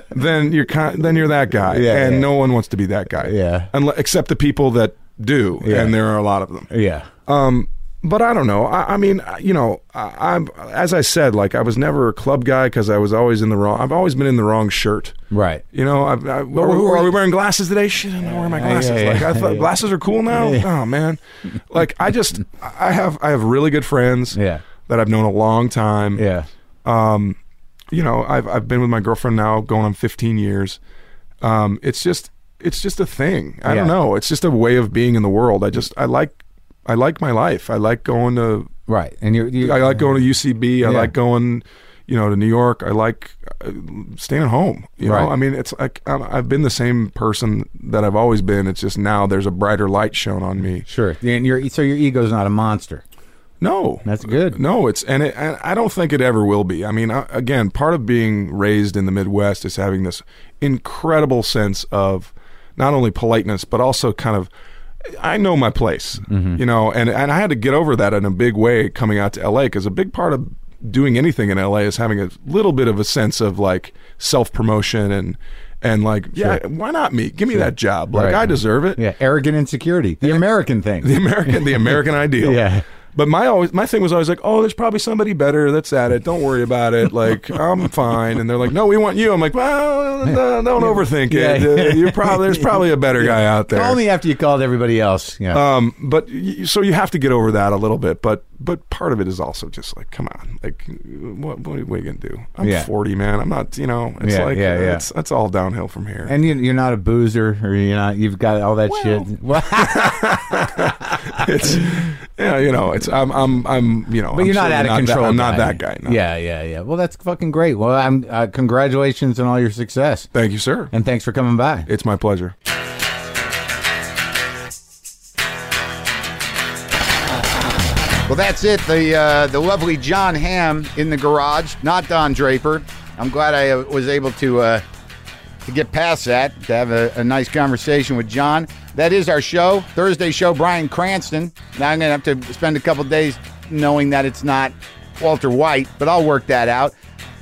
then you're kind, then you're that guy, Yeah, and yeah. no one wants to be that guy. Yeah. Unle- except the people that do, and there are a lot of them. Yeah. Um, but I don't know. I, I mean, I- you know, I, I'm as I said, like I was never a club guy because I was always in the wrong. I've always been in the wrong shirt. Right. You know, I, I, are, were- are we wearing glasses today? Shit, I'm not wearing my glasses. yeah, like I yeah, thought yeah. glasses are cool now. Oh man, like I just I have I have really good friends. Yeah. That I've known a long time. Yeah. Um, you know, I've I've been with my girlfriend now going on 15 years. Um, it's just it's just a thing. I don't Yeah. know. It's just a way of being in the world. I just I like I like my life. I like going to Right. And you're, you I like going to UCB. I Yeah. like going, you know, to New York. I like uh, staying at home. You Right. know, I mean, it's like I'm, I've been the same person that I've always been. It's just now there's a brighter light shown on me. sure. And your so your ego's not a monster. No, That's good. No, it's and it, and I don't think it ever will be. I mean, I, again, part of being raised in the Midwest is having this incredible sense of not only politeness but also kind of I know my place, Mm-hmm. you know, and and I had to get over that in a big way coming out to LA because a big part of doing anything in LA is having a little bit of a sense of like self promotion and and like yeah, why not me? Give me that job, like Right. I deserve it Yeah. Arrogant insecurity. The American thing. the American the (laughs) American ideal. Yeah. But my always my thing was always like, oh, there's probably somebody better that's at it. Don't worry about it. Like I'm fine. And they're like, no, we want you. I'm like, well, no, don't overthink it. Yeah. Uh, you probably there's probably a better guy out there. Call me after you called everybody else. Yeah. Um, but y- so you have to get over that a little bit. But but part of it is also just like, come on, like what what are, what are you gonna do? I'm Yeah. 40, man. I'm not. You know, it's Yeah, like yeah, uh, yeah. it's that's all downhill from here. and you, you're not a boozer, or you're not. You've got all that shit. (laughs) Well, (laughs) it's yeah, you know, it's I'm I'm I'm you know, but I'm you're not certainly out of that- control. I'm not guy. that guy. No. Yeah, yeah, yeah. Well, that's fucking great. Well, I'm uh, congratulations on all your success, Thank you, sir. and thanks for coming by. It's my pleasure. Well, that's it. The uh, the lovely John Ham in the garage, not Don Draper. I'm glad I uh, was able to uh, to get past that to have a, a nice conversation with John. That is our show Thursday show. Brian Cranston. Now I'm going to have to spend a couple days knowing that it's not Walter White, but I'll work that out.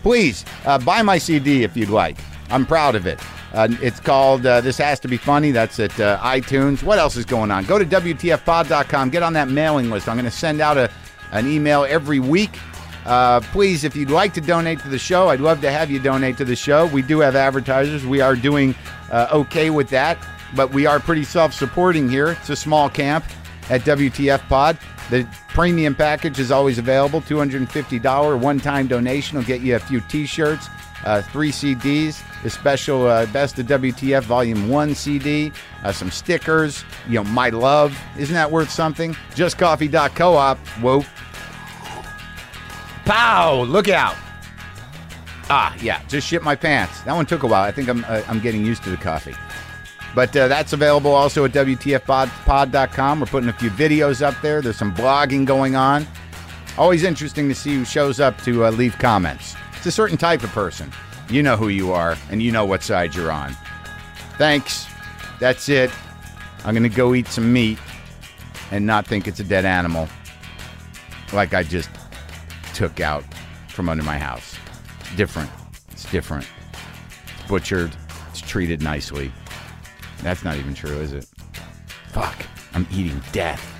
Please uh, buy my CD if you'd like. I'm proud of it. Uh, it's called uh, This Has to Be Funny. That's at uh, iTunes. What else is going on? Go to WTFpod.com. Get on that mailing list. I'm going to send out a, an email every week. Uh, please, if you'd like to donate to the show, I'd love to have you donate to the show. We do have advertisers. We are doing uh, okay with that, but we are pretty self supporting here. It's a small camp at WTF Pod. The premium package is always available $250 one time donation will get you a few t shirts, uh, three CDs, the special uh, Best of WTF Volume 1 CD, uh, some stickers, you know, My Love. Isn't that worth something? JustCoffee.coop. Whoa. Pow! Look out! Ah, yeah, just shit my pants. That one took a while. I think I'm uh, I'm getting used to the coffee. But uh, that's available also at WTFpod.com. We're putting a few videos up there. There's some blogging going on. Always interesting to see who shows up to uh, leave comments. It's a certain type of person. You know who you are, and you know what side you're on. Thanks. That's it. I'm going to go eat some meat and not think it's a dead animal like I just took out from under my house. It's different. It's different. It's butchered. It's treated nicely. That's not even true, is it? Fuck. I'm eating death.